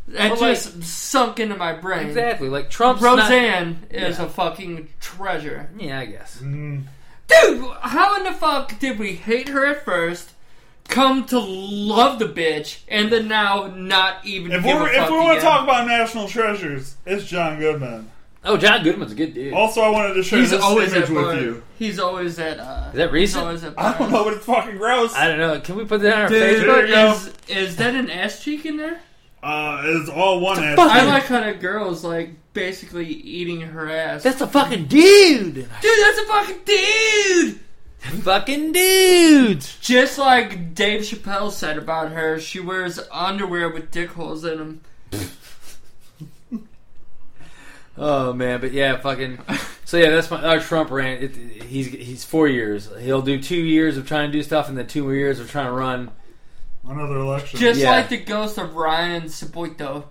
S3: That
S4: Well, like-
S3: just sunk into my brain.
S4: Exactly. Like Trump's not-
S3: Roseanne is
S4: Yeah.
S3: a fucking treasure.
S4: yeah, I guess.
S2: Mm.
S3: Dude, how in the fuck did we hate her at first, come to love the bitch, and then now not even
S2: If,
S3: give
S2: we're,
S3: a fuck
S2: if we want to
S3: again?
S2: talk about national treasures, it's John Goodman.
S4: Oh, John Goodman's a good dude.
S3: Oh.
S2: Also, I wanted to share
S3: He's
S2: this
S3: always
S2: image
S3: at
S2: with
S3: bar.
S2: you.
S3: He's always at. Uh,
S4: Is that recent?
S3: He's always at.
S2: I
S3: bar.
S2: don't know, but it's fucking gross.
S4: I don't know. Can we put that on our
S3: Dude,
S4: Facebook?
S2: There you go.
S3: is, is that an ass cheek in there?
S2: Uh, it's all one ass.
S4: fuck?
S3: I like how that girl's like basically eating her ass.
S4: That's a fucking dude.
S3: Dude, that's a fucking dude!
S4: fucking dude.
S3: Just like Dave Chappelle said about her, she wears underwear with dick holes in them.
S4: Oh man, but yeah, fucking. So yeah, that's my our Trump rant. It, he's he's four years. He'll do two years of trying to do stuff, and then two more years of trying to run.
S2: Another election.
S3: Just
S4: Yeah.
S3: like the ghost of Ryan Saboito.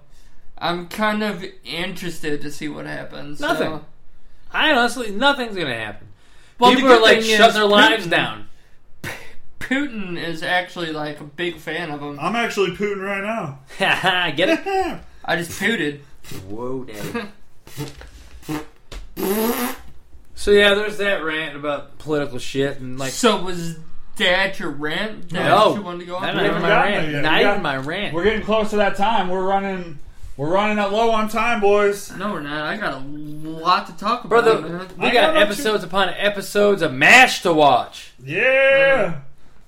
S3: I'm kind of interested to see what happens. so-
S4: Nothing. I honestly, nothing's gonna happen.
S3: Well, the
S4: People
S3: good
S4: are like
S3: thing
S4: shutting
S3: is
S4: their lives
S3: Putin-
S4: down.
S3: Putin is actually like a big fan of him.
S2: I'm actually Putin right now.
S4: Get it?
S3: I just pooted.
S4: Whoa, daddy. so yeah, there's that rant about political shit and like.
S3: so was that your rant that
S4: No.
S3: you wanted to go
S4: Not
S3: on?
S4: even
S2: haven't
S4: my
S2: gotten there
S4: rant.
S2: yet.
S4: Not
S2: We got-
S4: even my rant.
S2: We're getting close to that time. We're running. We're running out low on time, boys.
S3: No, we're not. I got a lot to talk about.
S4: Brother,
S3: man.
S4: we
S2: I
S4: got
S2: got
S4: episodes upon episodes of MASH to watch.
S2: Yeah.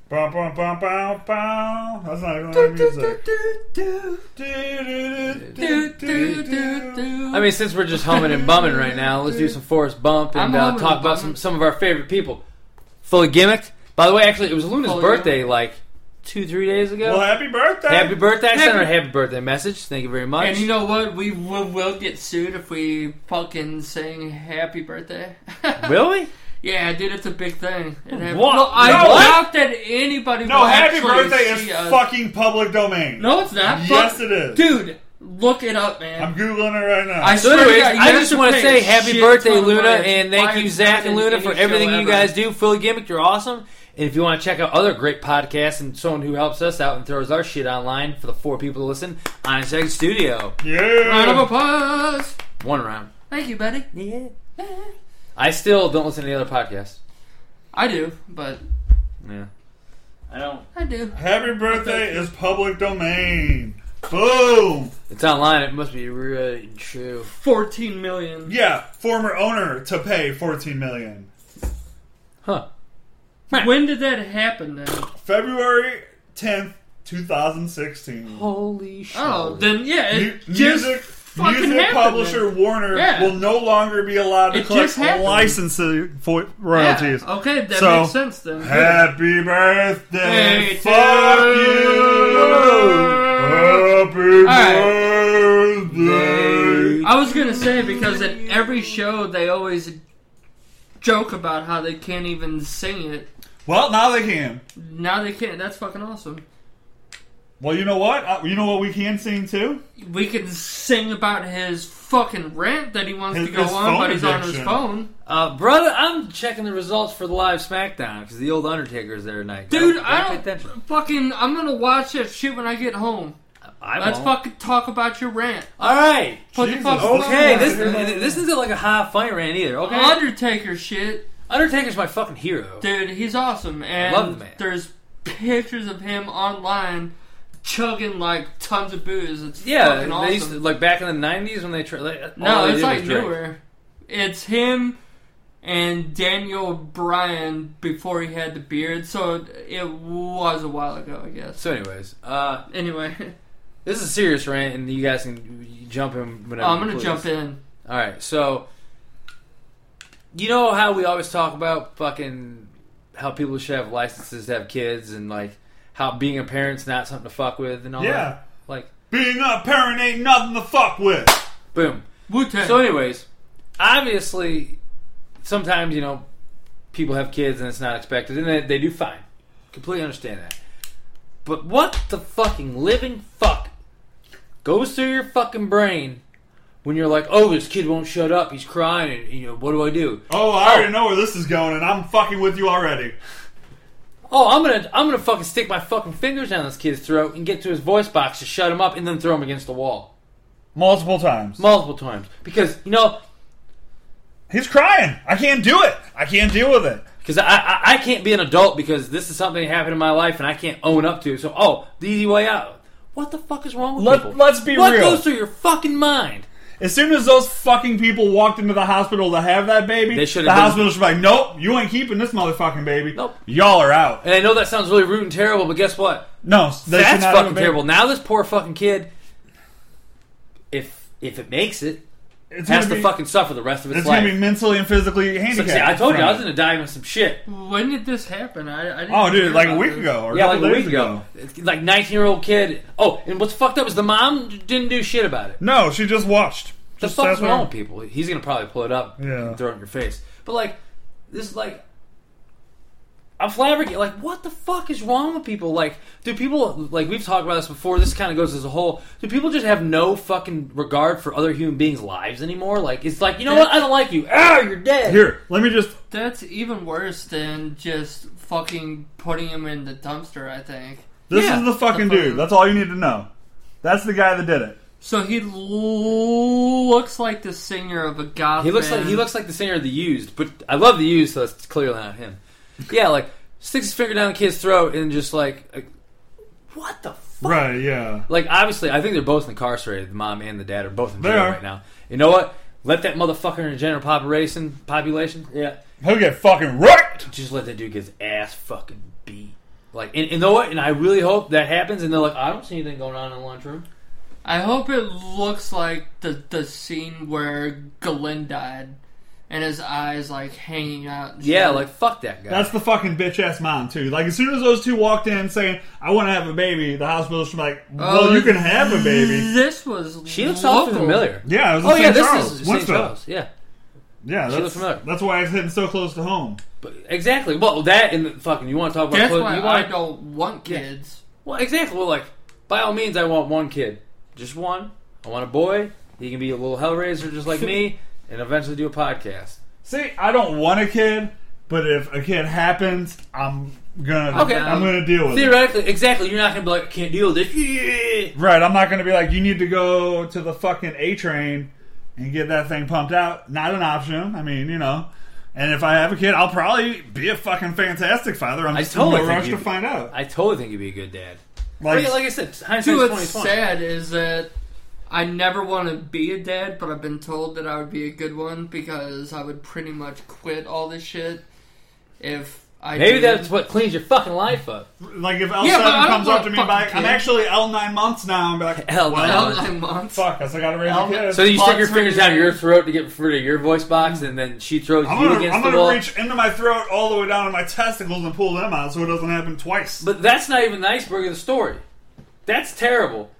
S2: Bum, bum, bum, bum, bum. That's not even like music.
S3: Do, do, do, do.
S4: I mean, since we're just humming and bumming right now, let's do some Forrest Bump and
S3: I'm
S4: uh,
S3: humming
S4: talk
S3: and
S4: about
S3: bumming.
S4: some, some of our favorite people. Fully gimmicked. By the way, actually, it was Luna's
S3: Fully
S4: birthday like two, three days ago.
S2: Well, happy birthday.
S4: happy birthday! I sent her a
S3: Happy-
S4: happy birthday message. Thank you very much.
S3: And you know what? We will, will get sued if we fucking sing happy birthday.
S4: Will we?
S3: yeah, dude, it's a big thing. It hap-
S4: What?
S3: Well, I
S2: No, what?
S3: doubt that anybody
S2: no,
S3: will
S2: happy
S3: actually
S2: birthday is
S3: see us.
S2: fucking public domain.
S3: No, it's not. Fuck-
S2: Yes, it is.
S3: Dude, look it up, man.
S2: I'm googling it right now.
S3: I
S4: So,
S3: swear to
S4: anyways,
S3: God, you
S4: I
S3: guys
S4: just
S3: are
S4: want to
S3: paying
S4: say
S3: a
S4: happy
S3: shit
S4: birthday,
S3: ton of
S4: Luna,
S3: money.
S4: and thank
S3: Why
S4: you,
S3: is
S4: Zach
S3: not
S4: and
S3: in
S4: Luna,
S3: any
S4: for
S3: show
S4: everything you
S3: ever?
S4: guys do. Fully gimmicked, you're awesome. And if you want to check out other great podcasts and someone who helps us out and throws our shit online for the four people to listen, Honest Second Studio.
S3: Round of
S2: yeah.
S3: applause.
S4: One round.
S3: Thank you, buddy.
S4: Yeah. I still don't listen to the other podcasts.
S3: I do, but
S4: Yeah. I don't.
S3: I do.
S2: Happy birthday is public domain. Boom.
S4: It's online. It must be really true.
S3: 14 million.
S2: Yeah, former owner to pay 14 million.
S4: Huh.
S3: When did that happen then?
S2: February 10th, 2016.
S4: Holy shit.
S3: Oh, then yeah,
S2: Mu-
S3: it just
S2: music
S3: fucking
S2: Music
S3: happened.
S2: publisher Warner
S3: Yeah.
S2: will no longer be allowed to
S3: It
S2: collect
S3: just happened.
S2: licensing for
S3: Yeah,
S2: royalties.
S3: Okay, that
S2: So-
S3: makes sense then.
S2: Happy birthday,
S3: Hey,
S2: fuck
S3: to
S2: you. Happy birthday.
S3: I was gonna say because at every show they always joke about how they can't even sing it.
S2: Well, now they can.
S3: Now they can. That's fucking awesome.
S2: Well, you know what? Uh, you know what we can sing too?
S3: We can sing about his fucking rant that he wants
S2: His-
S3: to go
S2: his
S3: on,
S2: phone
S3: but he's on his
S2: addiction.
S3: phone.
S4: Uh, brother, I'm checking the results for the live SmackDown because the old Undertaker's there tonight.
S3: Dude,
S4: Don't-
S3: I
S4: pay
S3: don't
S4: attention.
S3: fucking. I'm gonna watch that shit when I get home.
S4: I
S3: Let's
S4: won't.
S3: fucking talk about your rant.
S4: All right.
S3: Put the
S2: Jesus.
S3: fucking phone
S4: Okay,
S3: away.
S4: this this isn't like a high funny rant either. Okay,
S3: Undertaker shit,
S4: Undertaker's my fucking hero.
S3: dude. He's awesome, and
S4: love the man.
S3: there's pictures of him online chugging like tons of booze. It's
S4: Yeah,
S3: fucking
S4: they used to,
S3: awesome.
S4: like back in the '90s when they tried. Like, all
S3: no,
S4: they
S3: it's
S4: did
S3: like
S4: was drink.
S3: newer. It's him and Daniel Bryan before he had the beard, so it was a while ago, I guess.
S4: So, anyways, uh,
S3: Anyway,
S4: this is a serious rant, and you guys can jump in whenever.
S3: Oh, I'm
S4: you
S3: gonna
S4: please.
S3: jump in.
S4: All right, so you know how we always talk about fucking how people should have licenses to have kids, and like how being a parent's not something to fuck with, and all
S2: Yeah.
S4: that. Like,
S2: Being a parent ain't nothing to fuck with.
S4: boom.
S3: Wu Tang.
S4: So, anyways, obviously, sometimes you know people have kids and it's not expected, and they, they do fine. Completely understand that. But what the fucking living fuck goes through your fucking brain when you're like, "Oh, this kid won't shut up. He's crying, and you know what do I do?
S2: Oh, I already know where this is going, and I'm fucking with you already.
S4: Oh, I'm gonna, I'm gonna fucking stick my fucking fingers down this kid's throat and get to his voice box to shut him up, and then throw him against the wall
S2: Multiple times.
S4: multiple times because you know."
S2: He's crying. I can't do it. I can't deal with it.
S4: Because I, I I can't be an adult because this is something that happened in my life and I can't own up to. it. So oh, the easy way out. What the fuck is wrong with
S2: Let-
S4: people?
S2: let's be
S4: what
S2: real.
S4: goes through your fucking mind?
S2: As soon as those fucking people walked into the hospital to have that baby,
S4: They
S2: the
S4: should've been-
S2: hospital should be like, nope, you ain't keeping this motherfucking baby.
S4: Nope.
S2: Y'all are out.
S4: And I know that sounds really rude and terrible, but guess what?
S2: No, they should not have
S4: That's
S2: a
S4: fucking
S2: baby.
S4: terrible. Now this poor fucking kid, if if it makes it,
S2: It's
S4: has
S2: gonna
S4: to
S2: be-
S4: fucking suffer the rest of its,
S2: It's
S4: life.
S2: gonna be mentally and physically
S4: So,
S2: handicapped.
S4: see, I told you
S2: from
S4: I was
S2: it.
S4: gonna dive into some shit.
S3: when did this happen? I, I didn't
S2: Oh,
S3: hear
S2: dude, like a
S3: about
S2: week
S3: this.
S2: ago or
S4: Yeah,
S2: couple
S4: like a
S2: days
S4: week ago, It's like nineteen year old kid. Oh, and what's fucked up is the mom didn't do shit about it.
S2: No, she just watched.
S4: the
S2: Just
S4: fuck's
S2: sat there.
S4: wrong with people? He's gonna probably pull it up
S2: Yeah.
S4: and throw it in your face. But like, this is like, I'm flabbergasted. Like, what the fuck is wrong with people? Like, do people like we've talked about this before? This kind of goes as a whole. Do people just have no fucking regard for other human beings' lives anymore? Like, it's like you know what? I don't like you. Ah, you're dead.
S2: Here, let me just.
S3: That's even worse than just fucking putting him in the dumpster, I think.
S2: This
S4: Yeah,
S2: is the fucking
S3: the fuck-
S2: dude. That's all you need to know. That's the guy that did it.
S3: So he l- looks like the singer of a goth
S4: He looks
S3: band.
S4: like he looks like the singer of the Used, but I love the Used, so that's clearly not him. Yeah, like sticks his finger down the kid's throat and just like, like what the fuck?
S2: Right? Yeah.
S4: Like obviously, I think they're both incarcerated. The mom and the dad are both in
S2: They
S4: jail
S2: are.
S4: right now. You know what? Let that motherfucker in the general population population. Yeah,
S2: He'll get fucking wrecked.
S4: just let that dude get his ass fucking beat. Like, and, and you know what? And I really hope that happens. And they're like, I don't see anything going on in the lunchroom.
S3: I hope it looks like the the scene where Glenn died, and his eyes like hanging out. and
S4: Yeah,
S3: shit.
S4: like fuck that guy.
S2: That's the fucking bitch ass mom too. Like as soon as those two walked in saying, "I want to have a baby," the hospital should be like, "Well,
S3: Oh,
S2: you can have a baby."
S3: This was
S4: she looks
S3: local.
S4: awful familiar.
S2: Yeah. It was in
S4: Oh yeah,
S2: St.
S4: this
S2: Charles,
S4: is St.
S2: Winston.
S4: Charles. Yeah,
S2: Yeah.
S4: looks
S2: That's,
S4: familiar.
S2: that's why it's hitting so close to home.
S4: but exactly. Well, that and the fucking you want to talk about?
S3: That's
S4: clo-
S3: why
S4: you
S3: I
S4: want,
S3: don't want kids.
S4: Well, exactly. Well, like, by all means, I want one kid. Just one. I want a boy. He can be a little hellraiser just like me and eventually do a podcast.
S2: See, I don't want a kid, but if a kid happens, I'm gonna.
S4: Okay.
S2: I'm gonna deal with it.
S4: Theoretically, exactly. You're not going to be like, I can't deal with this. Yeah.
S2: Right. I'm not going to be like, you need to go to the fucking A train and get that thing pumped out. Not an option. I mean, you know. And if I have a kid, I'll probably be a fucking fantastic father. I'm
S4: I
S2: just
S4: totally
S2: in no
S4: think
S2: rush
S4: you-
S2: to find out.
S4: I totally think you'd be a good dad. Like,
S2: Like,
S4: like I said, hindsight's
S3: Dude,
S4: twenty
S3: what's
S4: twenty.
S3: sad is that I never want to be a dad, but I've been told that I would be a good one because I would pretty much quit all this shit if I
S4: Maybe
S3: did.
S4: that's what cleans your fucking life up.
S2: Like if L7
S3: Yeah, but I don't
S2: comes up to me and be
S3: want a
S2: like, I'm
S3: fucking kid.
S2: actually L9 months now, I'm like,
S4: L9.
S2: well,
S3: Well, I'm months.
S2: fuck, I still gotta raise a
S3: L-
S2: kid.
S4: So you stick your
S3: Box
S4: fingers
S3: ring.
S4: down your throat to get rid of your voice box, and then she throws
S2: I'm
S4: you
S2: gonna,
S4: against
S2: I'm
S4: the
S2: gonna
S4: wall.
S2: reach into my throat all the way down to my testicles and pull them out so it doesn't happen twice.
S4: But that's not even the iceberg of the story. That's terrible.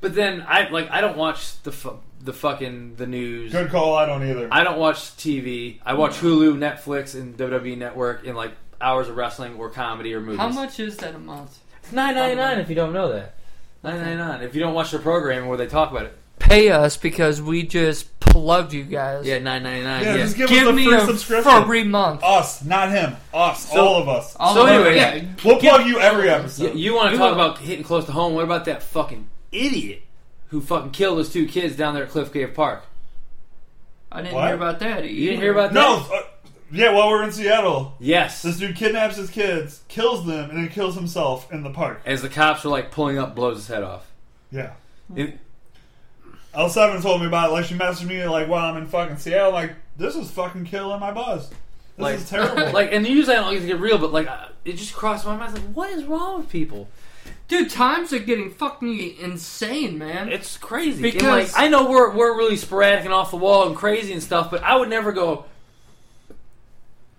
S4: But then I like I don't watch the fu- the fucking the news.
S2: Good call, I don't either.
S4: I don't watch TV. I watch Hulu, Netflix, and WWE Network in like hours of wrestling or comedy or movies.
S3: How much is that a month?
S4: Nine ninety nine if you don't know that. Nine ninety nine if you don't watch the program where they talk about it.
S3: Pay us because we just plugged you guys.
S4: Yeah, nine ninety nine.
S2: Yeah,
S4: Yeah.
S2: just give,
S3: Give
S2: us a
S3: me
S2: free
S3: a
S2: subscription.
S3: free month.
S2: us, not him. Us, all of us.
S3: All
S4: So
S3: of it.
S4: anyway,
S3: yeah,
S2: we'll plug you every episode.
S4: You, you want to
S3: We
S4: talk
S3: will.
S4: about hitting close to home? What about that fucking idiot who fucking killed those two kids down there at Cliff Cave Park?
S3: I didn't
S2: What?
S3: hear about that.
S4: You didn't hear about
S2: no,
S4: that?
S2: uh, yeah, while we're in Seattle,
S4: Yes.
S2: this dude kidnaps his kids, kills them, and then kills himself in the park.
S4: As the cops were like pulling up, blows his head off.
S2: Yeah.
S4: It-
S2: L7 told me about it. Like, she messaged me, like, while I'm in fucking Seattle. I'm like, this is fucking killing my buzz. This
S4: Like-
S2: is terrible.
S4: like, and usually I don't like to get real, but like, I- it just crossed my mind. Like, what is wrong with people?
S3: Dude, times are getting fucking insane, man.
S4: It's crazy. And,
S3: Because-
S4: like, I know we're we're really sporadic and off the wall and crazy and stuff, but I would never go.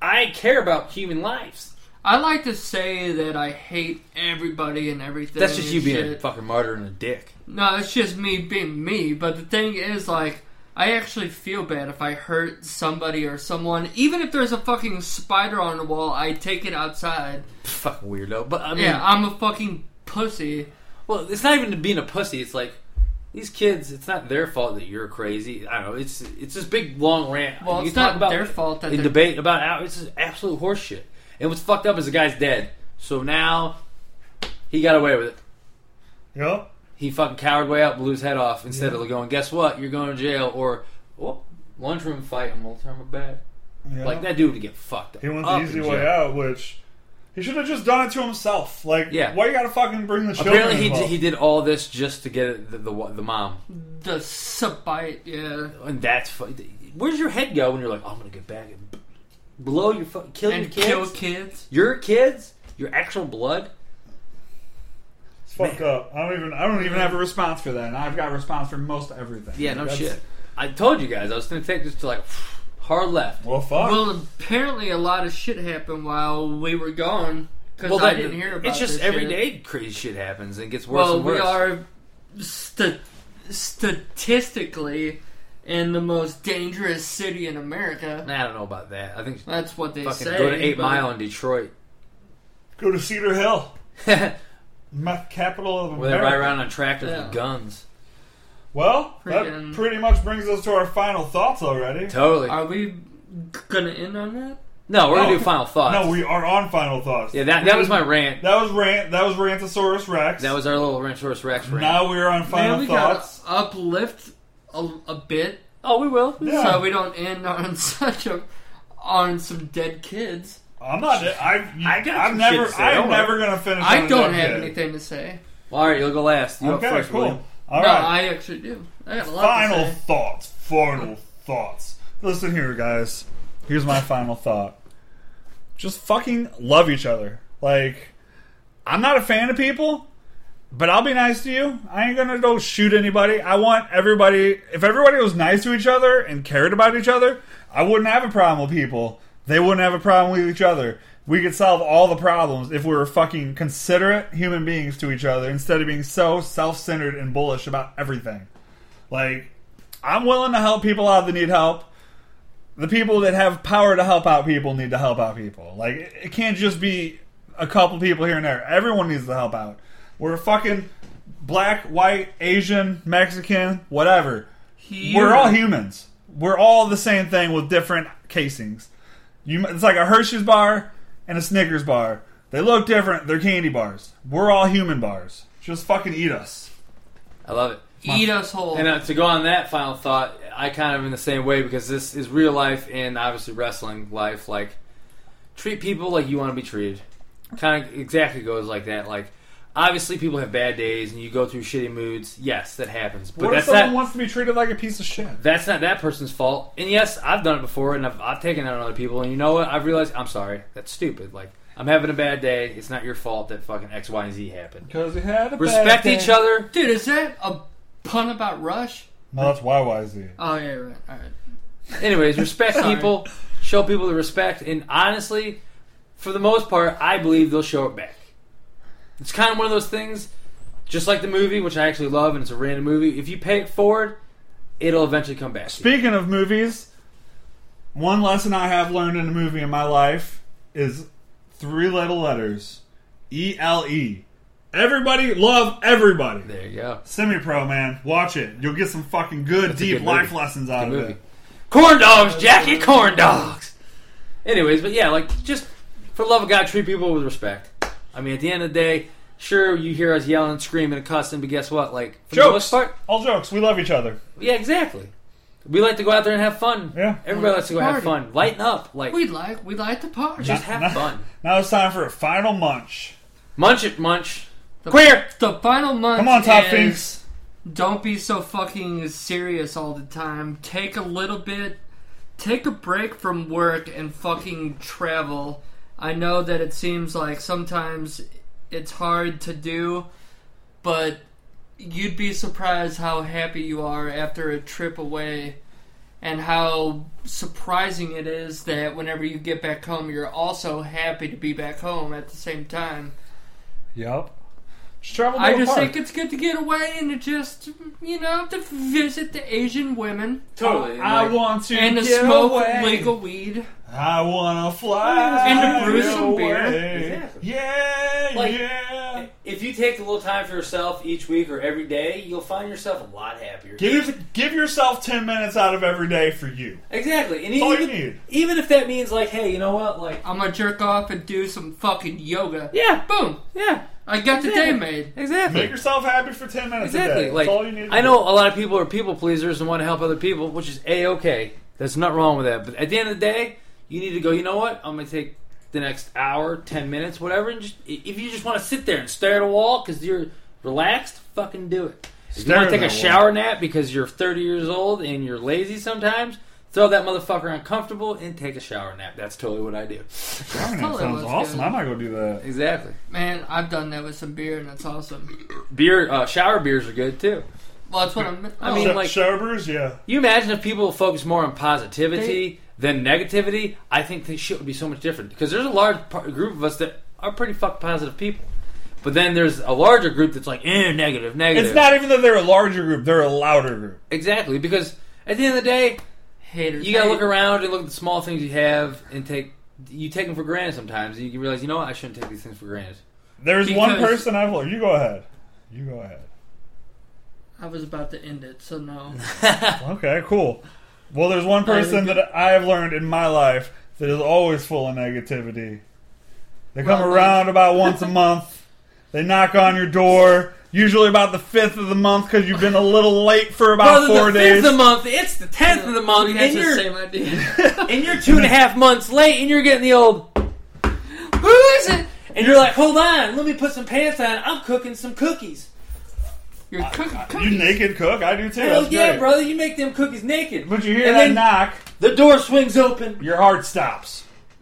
S4: I care about human lives.
S3: I like to say that I hate everybody and everything.
S4: That's just you
S3: and
S4: being a
S3: shit.
S4: fucking martyr and a dick.
S3: No, it's just me being me. But the thing is, like, I actually feel bad if I hurt somebody or someone. Even if there's a fucking spider on the wall, I take it outside.
S4: Fucking weirdo. But I mean,
S3: Yeah, I'm a fucking pussy.
S4: Well, it's not even being a pussy. It's like these kids. It's not their fault that you're crazy. I don't know. It's it's this big long rant.
S3: Well,
S4: You
S3: it's
S4: talk
S3: not their fault that
S4: in
S3: they're-
S4: debate about how it's just absolute horseshit. And what's fucked up is the guy's dead. So now he got away with it.
S2: Yep.
S4: He fucking cowered way up, blew his head off instead of going. Guess what? You're going to jail or oh, lunchroom fight. I'm gonna turn my back.
S2: Yeah.
S4: Like that dude would get fucked up.
S2: He went
S4: up
S2: the easy
S4: in
S2: way
S4: jail.
S2: out, which he should have just done it to himself. Like,
S4: Yeah.
S2: why you gotta fucking bring the children?
S4: Apparently, he
S2: involved?
S4: did, he did all this just to get the the, the mom.
S3: The spite, yeah.
S4: And that's fu- where's your head go when you're like, I'm gonna get back and b- blow your fu- kill your
S3: And
S4: kids,
S3: kill kids.
S4: your kids, your actual blood.
S2: It's fucked up. I don't even. I don't even have a response for that. And I've got a response for most everything.
S4: Yeah, no
S2: That's-
S4: shit. I told you guys I was gonna take this to like hard left.
S2: Well, fuck.
S3: Well, apparently a lot of shit happened while we were gone. Because
S4: Well,
S3: I
S4: that-
S3: didn't hear about
S4: It's just
S3: this
S4: every
S3: shit.
S4: day crazy shit happens and it gets worse
S3: Well,
S4: and
S3: we
S4: worse.
S3: are st- statistically in the most dangerous city in America.
S4: Nah, I don't know about that. I think
S3: That's what they
S4: fucking
S3: say.
S4: go to Eight
S3: but-
S4: Mile in Detroit.
S2: Go to Cedar Hill,
S4: Where
S2: meth capital of
S4: they
S2: America.
S4: ride around on tractors
S3: Yeah.
S4: with guns.
S2: Well, that
S3: Freaking-
S2: pretty much brings us to our final thoughts already.
S4: Totally.
S3: Are we g- gonna end on that?
S4: no, we're
S2: No.
S4: gonna do final thoughts.
S2: No, we are on final thoughts.
S4: yeah, that that was my rant.
S2: That was rant. That was Rantosaurus Rex.
S4: That was our little Rantosaurus Rex rant.
S2: Now we are on final
S3: Man, we
S2: thoughts.
S3: gotta uplift a, a bit
S4: Oh, we will.
S2: Yeah.
S3: so we don't end on such a on some dead kids.
S2: I'm not. I.
S4: I got
S2: I'm
S4: some
S2: never.
S4: shit to say,
S2: I'm
S4: don't worry.
S2: never gonna finish. on
S3: I
S2: a
S3: don't
S2: dead
S3: have
S2: kid.
S3: anything to say.
S4: Well, all right, you'll go last. You
S2: Okay,
S4: up first,
S2: cool.
S4: William.
S2: All
S3: no,
S2: right.
S3: I actually do. I got a lot
S2: final
S3: to say.
S2: thoughts. Final thoughts. Listen here, guys. Here's my final thought. Just fucking love each other. Like, I'm not a fan of people, but I'll be nice to you. I ain't gonna go shoot anybody. I want everybody. If everybody was nice to each other and cared about each other, I wouldn't have a problem with people. They wouldn't have a problem with each other. We could solve all the problems if we were fucking considerate human beings to each other instead of being so self centered and bullish about everything. Like, I'm willing to help people out that need help. The people that have power to help out people need to help out people. Like, it, it can't just be a couple people here and there. Everyone needs to help out. We're fucking black, white, Asian, Mexican, whatever. We're all humans. We're all the same thing with different casings. You, it's like a Hershey's bar and a Snickers bar. They look different. They're candy bars. We're all human bars. Just fucking eat us.
S4: I love it.
S3: Eat us whole.
S4: And uh, to go on that final thought, I kind of in the same way because this is real life and obviously wrestling life. Like treat people like you want to be treated. Kind of exactly goes like that. Like obviously people have bad days and you go through shitty moods. Yes, that happens. But
S2: what if
S4: that's
S2: someone
S4: not
S2: wants to be treated like a piece of shit?
S4: that's not that person's fault. And yes, I've done it before and I've, I've taken it on other people. And you know what? I've realized I'm sorry. That's stupid. Like I'm having a bad day. It's not your fault that fucking X, Y, and Z happened.
S2: Because we had a
S4: Respect each other.
S3: Dude, is that a pun about Rush?
S2: No, that's YYZ.
S3: Oh yeah, right. All right.
S4: Anyways, respect
S3: Sorry.
S4: people. Show people the respect. And honestly, for the most part, I believe they'll show it back. It's kind of one of those things, just like the movie, which I actually love, and it's a random movie. If you pay it forward, it'll eventually come back. to you.
S2: Speaking of movies, one lesson I have learned in a movie in my life is three little letters E L E. Everybody love everybody.
S4: There you go.
S2: Semi pro, man. Watch it. You'll get some fucking good,
S4: a
S2: deep
S4: good
S2: life
S4: movie.
S2: lessons out of
S4: movie.
S2: it.
S4: Corn dogs, Jackie. Corn dogs. Anyways, but yeah, like just for the love of God, treat people with respect. I mean, at the end of the day, sure you hear us yelling, screaming, and cussing, but guess what? Like for the
S2: Jokes.
S4: most part,
S2: All jokes. We love each other.
S4: Yeah, exactly. We like to go out there and have fun.
S2: Yeah.
S4: Everybody likes to go have
S3: Party.
S4: fun. Lighten up. Like
S3: We'd like we'd like to party.
S4: just have
S2: Nah.
S4: fun.
S2: Now it's time for a final munch.
S4: Munch it munch.
S3: The-
S4: Queer.
S3: The final month.
S2: Come on, Top
S3: is,
S2: Finks.
S3: Don't be so fucking serious all the time. Take a little bit. Take a break from work and fucking travel. I know that it seems like sometimes it's hard to do, but you'd be surprised how happy you are after a trip away and how surprising it is that whenever you get back home, you're also happy to be back home at the same time.
S2: Yep. Just travel to
S3: I
S2: a
S3: just
S2: park.
S3: think it's good to get away and to just, you know, to visit the Asian women
S4: Totally.
S2: I
S4: Like,
S2: want to
S3: and to
S2: get
S3: smoke
S2: away.
S3: legal weed.
S2: I wanna fly
S3: And to brew some
S2: away.
S3: beer.
S4: Exactly.
S2: Yeah,
S4: Like-
S2: yeah.
S4: If you take a little time for yourself each week or every day, you'll find yourself a lot happier.
S2: Give give yourself ten minutes out of every day for you.
S4: exactly. And
S2: That's all you
S4: even,
S2: need.
S4: even if that means like, hey, you know what? Like
S3: I'm gonna jerk off and do some fucking yoga.
S4: Yeah.
S3: Boom!
S4: Yeah.
S3: I got the
S4: Exactly.
S3: day made.
S4: Exactly.
S2: Make yourself happy for ten minutes a
S4: Exactly.
S2: day.
S4: Like
S2: That's all you need. to
S4: I know
S2: do.
S4: a lot of people are people pleasers and want to help other people, which is a okay. That's not wrong with that. But at the end of the day, you need to go. You know what? I'm gonna take the next hour, ten minutes, whatever. And just if you just want to sit there and stare at a wall because you're relaxed, fucking do it. If you
S2: Stare
S4: want
S2: at
S4: to take a
S2: that wall.
S4: shower nap because you're 30 years old and you're lazy sometimes, throw that motherfucker uncomfortable and take a shower nap. That's totally what I do.
S2: Darn, that
S3: Totally
S2: sounds
S3: was
S2: awesome.
S3: good.
S2: I might go do that.
S4: Exactly.
S3: Man, I've done that with some beer and that's awesome.
S4: Beer, uh, shower beers are good too.
S3: Well, that's what I'm.
S4: I
S3: oh,
S4: mean,
S2: Show-
S4: like-
S2: show brews, yeah.
S4: You imagine if people focus more on positivity than negativity? I think this shit would be so much different because there's a large par- group of us that are pretty fuck positive people, but then there's a larger group that's like eh, negative, negative.
S2: It's not even that they're a larger group; they're a louder group.
S4: exactly because at the end of the day,
S3: haters.
S4: you gotta
S3: hate.
S4: look around and look at the small things you have and take you take them for granted sometimes. And you realize you know what I shouldn't take these things for granted.
S2: There's one
S3: Because-
S2: person I've. You go ahead. You go ahead.
S3: I was about to end it, so no.
S2: Okay, cool. Well, there's one person
S3: good.
S2: that I have learned in my life that is always full of negativity. They come
S3: Well,
S2: around about once a month. They knock on your door, usually about the fifth of the month because you've been a little late for about
S4: Brother,
S2: four
S4: the
S2: days.
S4: fifth of the month, it's the tenth of the
S3: We
S4: month,
S3: had
S4: and
S3: the
S4: you're
S3: same idea.
S4: and you're two and a half months late, and you're getting the old
S3: Who is it?
S4: And you're like, hold on, let me put some pants on. I'm cooking some cookies.
S3: You're cooking.
S2: you naked cook, I do too.
S4: Hell
S2: That's
S4: yeah,
S2: great.
S4: brother, you make them cookies naked.
S2: But you hear
S4: and
S2: that
S4: then
S2: knock,
S4: the door swings open.
S2: your heart stops.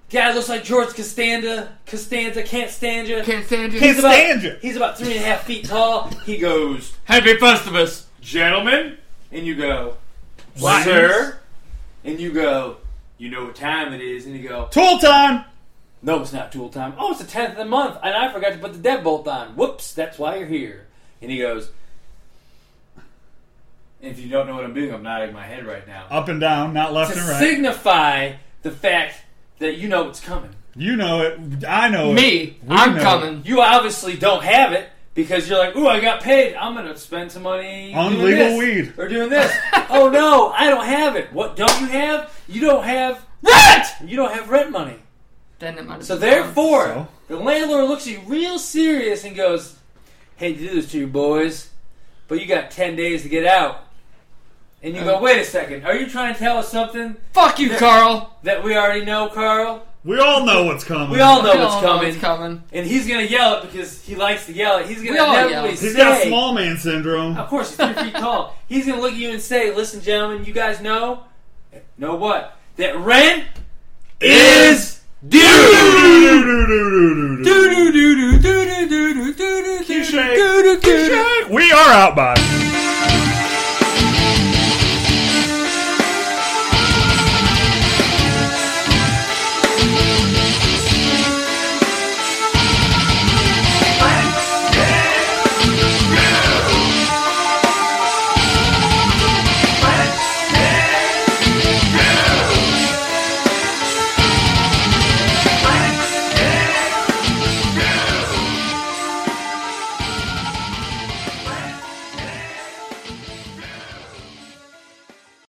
S4: Guy looks like George Costanza. Costanza can't stand you.
S3: Can't stand you.
S2: Can't
S4: about-
S2: stand you.
S4: He's about three and a half feet tall. He goes,
S3: Happy Festivus.
S4: gentlemen, and you go,
S2: What?
S4: sir, and you go, you know what time it is, and you go,
S2: Tool time.
S4: No, it's not tool time. Oh, it's the tenth of the month, and I forgot to put the deadbolt on. Whoops, that's why you're here. And he goes, "If you don't know what I'm doing, I'm nodding my head right now
S2: Up and down, not left
S4: to
S2: and Oh, right.
S4: signify the fact that you know it's coming.
S2: you know it. I know it.
S3: Me.
S2: We
S3: I'm
S2: know.
S3: coming.
S4: You obviously don't have it because you're like, ooh, I got paid. I'm gonna spend some money
S2: On
S4: doing
S2: legal
S4: this
S2: weed."
S4: or doing this. oh no, I don't have it. What don't you have? You don't have rent. You don't have rent money."
S3: Then it might have
S4: So
S3: been
S4: therefore,
S2: So?
S4: the landlord looks at you real serious and goes, "Hate to do this to you boys, but you got ten days to get out." And you go, "Wait a second, are you trying to tell us something
S3: Fuck you, Carl.
S4: that we already know, Carl?"
S2: We all know what's coming.
S4: We all know
S3: We
S4: what's
S3: all
S4: coming.
S3: It's coming.
S4: And he's gonna yell it because he likes to yell it. He's gonna
S3: We all
S4: inevitably
S3: yell.
S4: say,
S2: He's got small man syndrome.
S4: Of course, he's three feet tall. He's gonna look at you and say, "Listen, gentlemen, you guys know, know what? That rent is